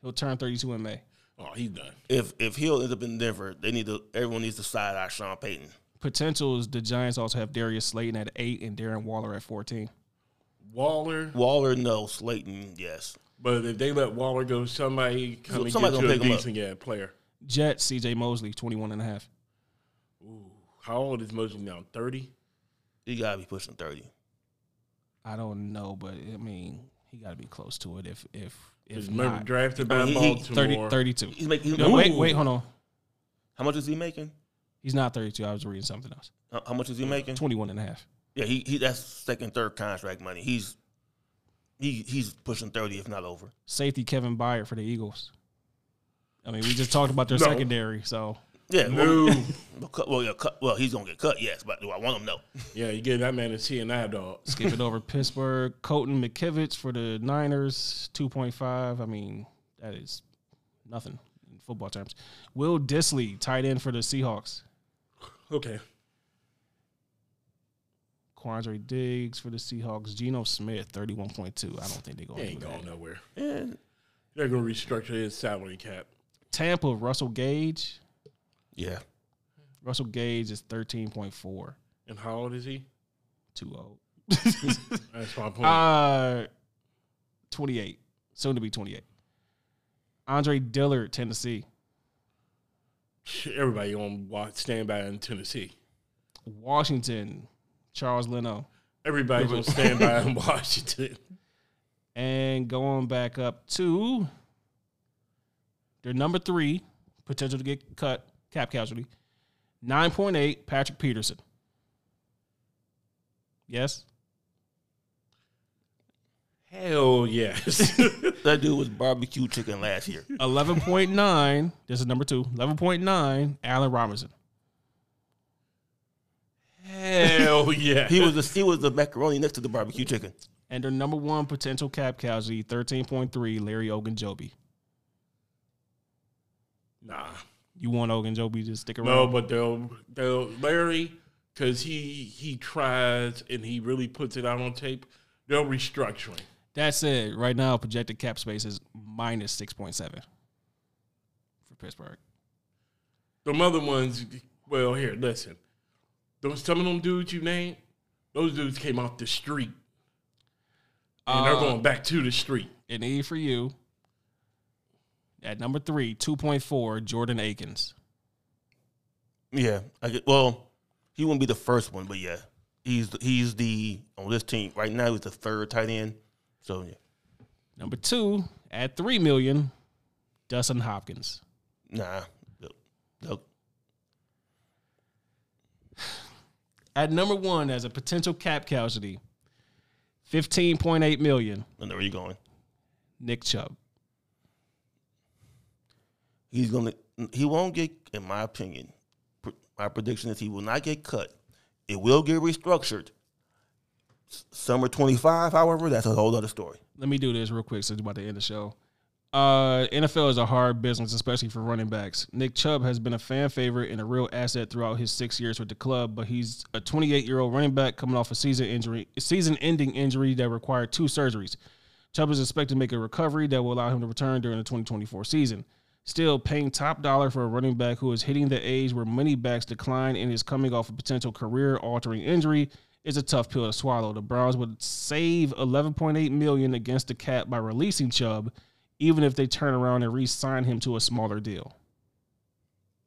Speaker 1: he'll turn thirty-two in May.
Speaker 3: Oh, he's done.
Speaker 2: if if Hill ends up in Denver, they need to everyone needs to side eye Sean Payton.
Speaker 1: Potentials: the Giants also have Darius Slayton at eight and Darren Waller at fourteen.
Speaker 3: Waller,
Speaker 2: Waller, no. Slayton, yes.
Speaker 3: but if they let Waller go, somebody come
Speaker 2: So-
Speaker 3: and
Speaker 2: somebody
Speaker 3: get
Speaker 2: gonna
Speaker 3: you a
Speaker 2: pick him up.
Speaker 3: decent yeah, player.
Speaker 1: Jets: C.J. Mosley, 21 and a half.
Speaker 3: How old is Mosley now? Thirty.
Speaker 2: You gotta be pushing thirty.
Speaker 1: I don't know, but I mean, he got to be close to it. If if if
Speaker 3: Is remember
Speaker 1: not,
Speaker 3: drafted by
Speaker 2: he- he-
Speaker 3: Baltimore.
Speaker 1: 30, 32.
Speaker 2: He's making
Speaker 1: No, wait,
Speaker 2: Ooh.
Speaker 1: wait, hold on.
Speaker 2: How much is he making?
Speaker 1: He's not 32. I was reading something else.
Speaker 2: How, how much is he making?
Speaker 1: 21 and a half.
Speaker 2: Yeah, he, he that's second, third contract money. He's he he's pushing thirty, if not over.
Speaker 1: Safety Kevin Byard for the Eagles. I mean, we just talked about their
Speaker 3: No.
Speaker 1: secondary, so
Speaker 2: Yeah,
Speaker 3: No.
Speaker 2: well, cut, well, yeah, cut, well, he's gonna get cut. Yes, but do I want him? No.
Speaker 3: yeah, you get that man a CNI dog.
Speaker 1: skip it over Pittsburgh. Colton McKivitz for the Niners, 2.5. I mean, that is nothing in football terms. Will Disley, tight end for the Seahawks.
Speaker 3: Okay.
Speaker 1: Quandre Diggs for the Seahawks. Geno Smith, 31.2. I don't think they're
Speaker 3: He
Speaker 1: going to do
Speaker 3: ain't
Speaker 1: that.
Speaker 3: going nowhere.
Speaker 2: Yeah,
Speaker 3: They're gonna restructure his salary cap.
Speaker 1: Tampa, Russell Gage.
Speaker 2: yeah.
Speaker 1: Russell Gage is 13.4.
Speaker 3: And how old is he?
Speaker 1: Too [laughs] old.
Speaker 3: That's my point.
Speaker 1: oh. Uh, 28. Soon to be 28. Andre Dillard, Tennessee.
Speaker 3: Everybody gonna watch stand by in Tennessee.
Speaker 1: Washington, Charles Leno.
Speaker 3: Everybody's gonna stand by
Speaker 1: [laughs]
Speaker 3: in Washington.
Speaker 1: And going back up to their number three, potential to get cut, cap casualty. 9.8, Patrick Peterson. Yes?
Speaker 3: Hell yes. [laughs]
Speaker 2: That dude was barbecue chicken last year.
Speaker 1: 11.9, this is number two. 11.9, Allen Robinson.
Speaker 3: Hell yeah.
Speaker 2: He was the he was the macaroni next to the barbecue chicken.
Speaker 1: And their number one potential cap casualty, 13.3, Larry Ogunjobi.
Speaker 3: nah.
Speaker 1: You want Ogunjobi to stick around?
Speaker 3: No, but they'll they'll Larry because he he tries and he really puts it out on tape. They'll restructuring.
Speaker 1: That said, right now projected cap space is minus six point seven for Pittsburgh.
Speaker 3: The other ones, well, here listen. Those some of them dudes you named, those dudes came off the street and they're
Speaker 1: Uh,
Speaker 3: going back to the street.
Speaker 1: An E for you. At number three, two point four, Jordan Akins.
Speaker 2: Yeah, I get, well, he wouldn't be the first one, but yeah, he's the, he's the on this team right now. He's the third tight end. So yeah,
Speaker 1: Number two, at three million, Dustin Hopkins.
Speaker 2: nah, no, no.
Speaker 1: At number one, as a potential cap casualty, fifteen point eight million,
Speaker 2: I know where you're going.
Speaker 1: Nick Chubb.
Speaker 2: He's gonna he won't get, in my opinion. pr- My prediction is he will not get cut. It will get restructured. S- Summer 25, however, that's a whole other story.
Speaker 1: Let me do this real quick since we're about to end the show. Uh, NFL is a hard business, especially for running backs. Nick Chubb has been a fan favorite and a real asset throughout his six years with the club, but he's a 28 year old running back coming off a season injury, season ending injury that required two surgeries. Chubb is expected to make a recovery that will allow him to return during the 2024 season. Still, paying top dollar for a running back who is hitting the age where many backs decline and is coming off a potential career altering injury is a tough pill to swallow. The Browns would save 11.8 million against the cap by releasing Chubb, even if they turn around and re-sign him to a smaller deal.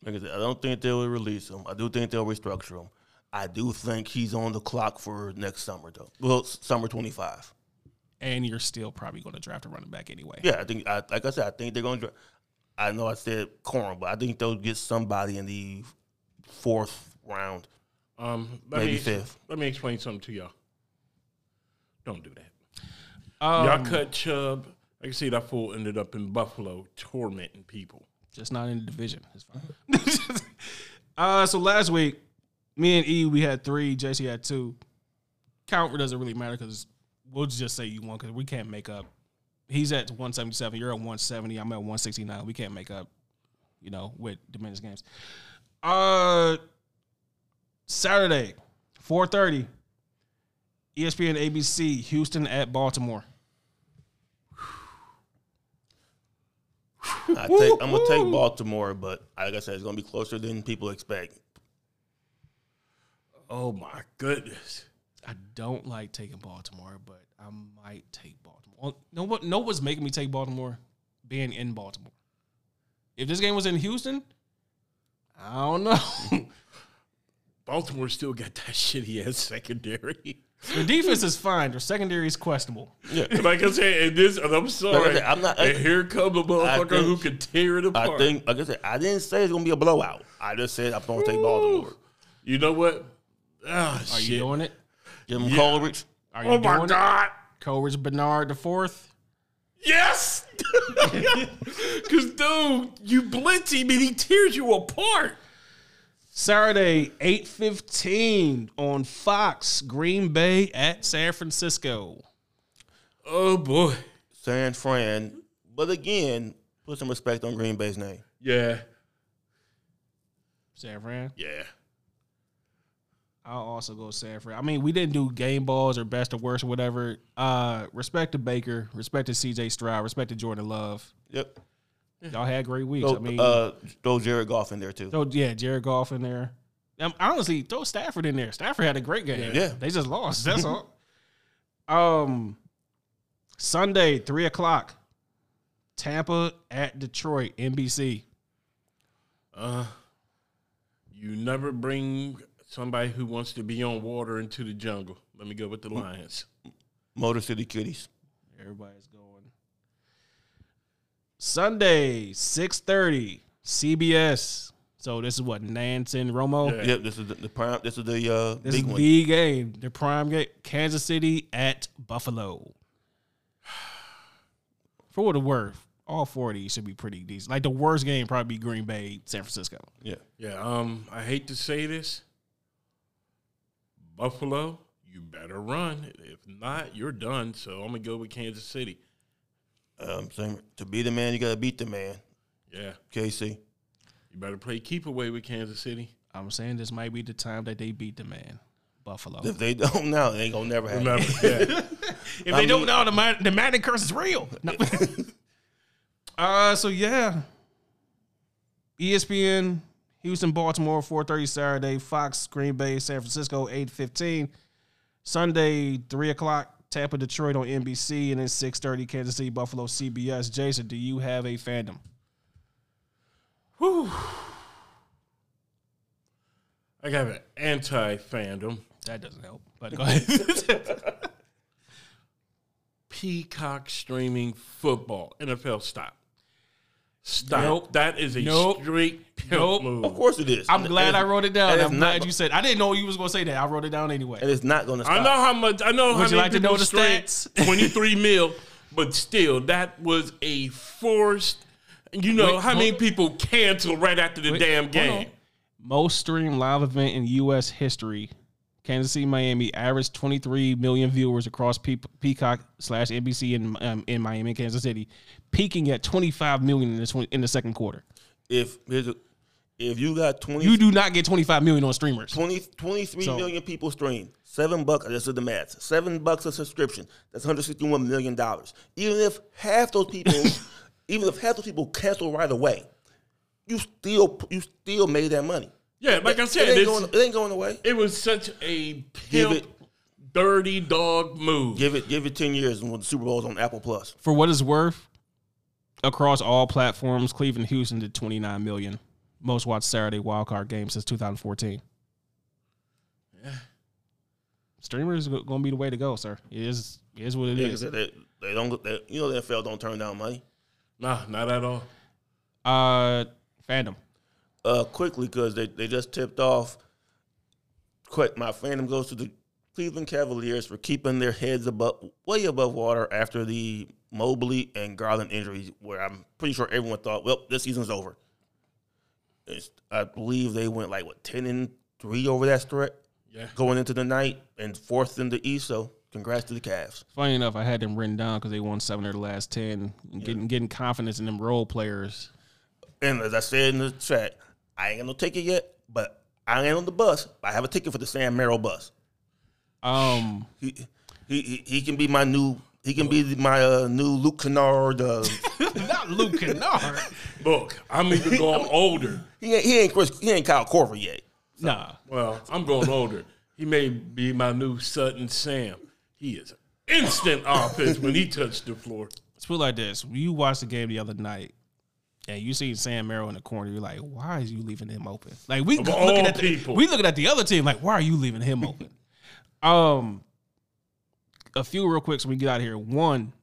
Speaker 2: Like I said, I don't think they will release him. I do think they'll restructure him. I do think he's on the clock for next summer, though. Well, s- summer 25.
Speaker 1: And you're still probably going to draft a running back anyway.
Speaker 2: Yeah, I think, I, like I said, I think they're going to. I know I said corn, but I think they'll get somebody in the fourth round.
Speaker 3: Um, let
Speaker 2: Maybe
Speaker 3: me,
Speaker 2: fifth.
Speaker 3: Let me explain something to y'all. Don't do that.
Speaker 1: Um,
Speaker 3: y'all cut Chubb. I can see that fool ended up in Buffalo tormenting people.
Speaker 1: just not in the division. It's fine. [laughs] uh, so last week, me and E, we had three. JC had two. Count doesn't really matter because we'll just say you won because we can't make up. He's at 177. You're at 170. I'm at 169. We can't make up, you know, with diminished games. Uh, Saturday, E 4:30, ESPN, ABC, Houston at Baltimore.
Speaker 2: I take, I'm going to take Baltimore, but like I said, it's going to be closer than people expect.
Speaker 3: Oh my goodness.
Speaker 1: I don't like taking Baltimore, but I might take Baltimore. Well, No, what? No, what's making me take Baltimore? Being in Baltimore. If this game was in Houston, I don't know. [laughs]
Speaker 3: Baltimore still got that [laughs] shitty ass secondary.
Speaker 1: Their defense is fine. Their secondary is questionable.
Speaker 3: like I said, and this, and I'm sorry.
Speaker 2: said, I'm not-
Speaker 3: and here come the motherfucker
Speaker 2: think-
Speaker 3: who can tear it
Speaker 2: I
Speaker 3: apart.
Speaker 2: think, like I said, I didn't say it's going to be a blowout. I just said I'm going to take Baltimore.
Speaker 3: you know what? Ah,
Speaker 1: Are
Speaker 3: shit.
Speaker 1: you doing it?
Speaker 2: Jim Coleridge.
Speaker 1: Are you
Speaker 3: oh my
Speaker 1: doing it?
Speaker 3: god.
Speaker 1: Coleridge Bernard the fourth.
Speaker 3: Yes. [laughs] Cause dude, you blitz him and he tears you apart.
Speaker 1: Saturday, eight fifteen on Fox. Green Bay at San Francisco.
Speaker 3: Oh boy.
Speaker 2: San Fran. But again, put some respect on Green Bay's name.
Speaker 3: Yeah.
Speaker 1: San Fran.
Speaker 3: Yeah.
Speaker 1: I'll also go San Fran. I mean, we didn't do game balls or best or worst or whatever. Uh, respect to Baker, respect to CJ Stroud, respect to Jordan Love.
Speaker 2: Yep.
Speaker 1: Y'all had great weeks.
Speaker 2: Throw,
Speaker 1: I mean,
Speaker 2: uh, throw Jared Goff in there too.
Speaker 1: throw, yeah, Jared Goff in there. Um, honestly, throw Stafford in there. Stafford had a great game.
Speaker 2: Yeah.
Speaker 1: they just lost. That's all. Um, Sunday, three o'clock, Tampa at Detroit, NBC.
Speaker 3: Uh, you never bring somebody who wants to be on water into the jungle. Let me go with the Lions.
Speaker 2: Motor City Kitties.
Speaker 1: Everybody's going. Sunday, 6:30, CBS. So this is what Nance and Romo.
Speaker 3: Yeah.
Speaker 2: Yep. This is the, the prime. This is the uh,
Speaker 1: This is
Speaker 2: big one.
Speaker 1: the game, the prime game. Kansas City at Buffalo. [sighs] For what it's worth, all four of these should be pretty decent. Like the worst game probably be Green Bay, San Francisco.
Speaker 2: yeah.
Speaker 3: Yeah, um, I hate to say this. Buffalo, you better run. If not, you're done. So I'm gonna go with Kansas City.
Speaker 2: Um, same, to be the man, you gotta beat the man.
Speaker 3: Yeah,
Speaker 2: KC.
Speaker 3: you better play keep away with Kansas City.
Speaker 1: I'm saying this might be the time that they beat the man, Buffalo.
Speaker 2: If they [laughs] don't now, they ain't gonna never have.
Speaker 3: Remember, yeah.
Speaker 1: If they don't know, the Madden, the Madden curse is real. No. [laughs] uh, so yeah, E ESPN, Houston, Baltimore, four thirty Saturday, Fox, Green Bay, San Francisco, eight fifteen, Sunday, three o'clock, Tampa, Detroit on NBC, and then six thirty, Kansas City, Buffalo, CBS. Jason, do you have a fandom?
Speaker 3: Whew. I got an anti fandom.
Speaker 1: That doesn't help, but go
Speaker 2: [laughs]
Speaker 1: ahead.
Speaker 3: Peacock streaming football. NFL stop. Stop.
Speaker 1: Nope.
Speaker 3: That is a
Speaker 1: Nope.
Speaker 3: straight pimp
Speaker 1: Nope.
Speaker 3: move.
Speaker 2: Of course it is.
Speaker 1: I'm glad I wrote it down.
Speaker 2: That is
Speaker 1: I'm
Speaker 2: not-
Speaker 1: glad you said. I didn't know you was gonna say that. I wrote it down anyway.
Speaker 2: And it's not gonna stop.
Speaker 3: I know how much. I know how
Speaker 1: Would
Speaker 3: many
Speaker 1: you like to
Speaker 3: people
Speaker 1: know the
Speaker 3: straight
Speaker 1: stats? [laughs]
Speaker 3: [laughs] Twenty-three mil, but still, that was a forced. You know
Speaker 1: Wait,
Speaker 3: how many
Speaker 1: hold-
Speaker 3: people canceled right after the
Speaker 1: Wait,
Speaker 3: damn
Speaker 1: hold
Speaker 3: game?
Speaker 1: on. Most streamed live event in U.S. history. Kansas City, Miami averaged 23 million viewers across Pe- Peacock slash NBC in um, in Miami, and Kansas City, peaking at 25 million in the twen- in the second quarter.
Speaker 2: If here's a, if you got 20,
Speaker 1: You do not get 25 million on streamers.
Speaker 2: 20 23
Speaker 1: So-
Speaker 2: million people stream. Seven bucks. This is the math. Seven bucks a subscription. That's 161 million dollars. Even if half those [laughs] people, even if half those people cancel right away, you still you still made that money.
Speaker 3: Yeah, like I said,
Speaker 2: it ain't,
Speaker 3: this,
Speaker 2: going, it ain't going away.
Speaker 3: it was such a
Speaker 2: Give
Speaker 3: pimp,
Speaker 2: it-
Speaker 3: dirty dog move.
Speaker 2: Give it give it ten years and when the Super Bowl's on Apple Plus.
Speaker 1: For what it's worth, Across all platforms, Cleveland Houston did 29 million. Most watched Saturday wildcard game since 2014.
Speaker 3: Yeah.
Speaker 1: Streamers is going to be the way to go, sir. It is, it is what it
Speaker 2: Yeah,
Speaker 1: is.
Speaker 2: 'cause they, they don't. They, you know, the NFL don't turn down money.
Speaker 3: Nah, not at all.
Speaker 1: Uh, fandom.
Speaker 2: Uh, quickly because they, they just tipped off. Quick, my fandom goes to the Cleveland Cavaliers for keeping their heads above, way above water after the Mobley and Garland injuries, where I'm pretty sure everyone thought, well, this season's over. It's, I believe they went like what ten and three over that stretch
Speaker 3: Yeah.
Speaker 2: going into the night and fourth in the East. So congrats to the Cavs.
Speaker 1: Funny enough, I had them written down because they won seven of the last ten. And Getting getting confidence in them role players.
Speaker 2: And as I said in the chat, I ain't got no ticket yet, but I ain't on the bus. I have a ticket for the Sam Merrill bus.
Speaker 1: Um,
Speaker 2: He he he, he can be my new. He can be my uh, new Luke Kennard.
Speaker 1: [laughs]
Speaker 2: Uh,
Speaker 1: [laughs] not Luke Kennard.
Speaker 3: Look, I'm
Speaker 1: [laughs]
Speaker 3: even going older.
Speaker 2: he ain't he ain't Chris. He ain't Kyle Corver yet.
Speaker 1: nah,
Speaker 3: Well, I'm going older. He may be my new Sutton Sam. He is instant offense when he touched the floor.
Speaker 1: let's put it like this: you watched the game the other night, and you see Sam Merrill in the corner. You're like, why is you leaving him open? Like we [laughs]
Speaker 3: all
Speaker 1: looking at the,
Speaker 3: people.
Speaker 1: we looking at the other team. Like, why are you leaving him
Speaker 3: [laughs]
Speaker 1: open? um, a few real quick so we can get out of here. One,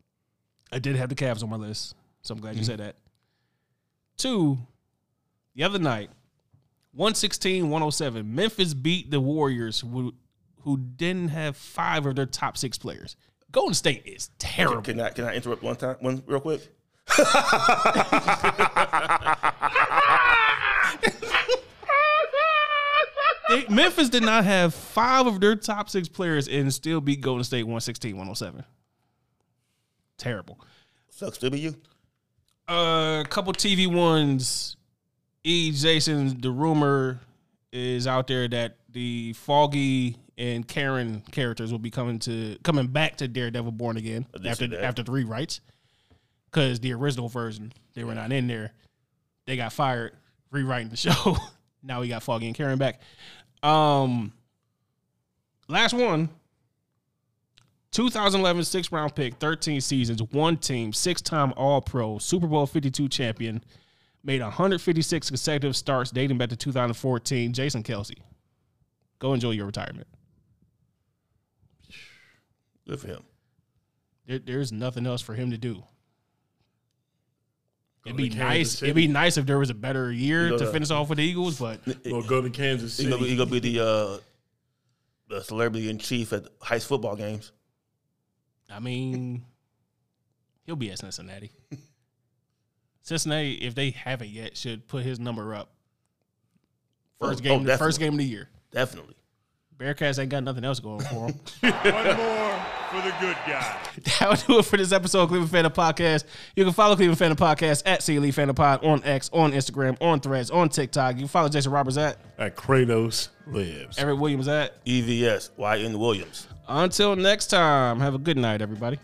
Speaker 1: I did have the Cavs on my list, so I'm glad
Speaker 3: Mm-hmm.
Speaker 1: you said that. Two, the other night, 116 107. Memphis beat the Warriors, who, who didn't have five of their top six players. Golden State is terrible.
Speaker 2: Can I can I interrupt one time? One real quick.
Speaker 1: They- Memphis did not have five of their top six players and still beat Golden State 116 107. Terrible.
Speaker 2: Sucks to be you.
Speaker 1: Uh, A couple TV ones. E. Jason, the rumor is out there that the Foggy and Karen characters will be coming to coming back to Daredevil Born Again
Speaker 2: did see
Speaker 1: after
Speaker 2: that.
Speaker 1: after the rewrites. Because the original version, they were not in there. They got fired rewriting the [laughs] show. now we got Foggy and Karen back. Um, last one. 2011 six round pick, 13 seasons, one team, six time All Pro, Super Bowl 52 champion, made 156 consecutive starts dating back to 2014. Jason Kelsey, go enjoy your retirement.
Speaker 2: Good for him.
Speaker 1: There, there's nothing else for him to do.
Speaker 3: Go
Speaker 1: It'd
Speaker 3: to
Speaker 1: be
Speaker 3: Kansas
Speaker 1: nice.
Speaker 3: City.
Speaker 1: It'd be nice if there was a better year
Speaker 2: know
Speaker 1: to
Speaker 2: that-
Speaker 1: finish off with the Eagles, but
Speaker 3: Well, go to Kansas
Speaker 2: He gonna be,
Speaker 3: City.
Speaker 2: he gonna be the uh, the celebrity in chief at high football games.
Speaker 1: I mean, he'll be at Cincinnati. Cincinnati, if they haven't yet, should put his number up. First
Speaker 2: Oh,
Speaker 1: game,
Speaker 2: oh,
Speaker 1: the first
Speaker 2: definitely.
Speaker 1: game of the year.
Speaker 2: Definitely.
Speaker 1: Bearcats ain't got nothing else going for them.
Speaker 4: One more for the good guy.
Speaker 1: [laughs] That'll do it for this episode of Cleveland Fandom Podcast. You can follow Cleveland Fandom Podcast at CLE Fandom Pod on X, on Instagram, on Threads, on TikTok. You can follow Jason Roberts at
Speaker 3: At Kratos lives.
Speaker 2: E
Speaker 1: Eric Williams at.
Speaker 2: EVS. YN Williams.
Speaker 1: Until next time, have a good night, everybody.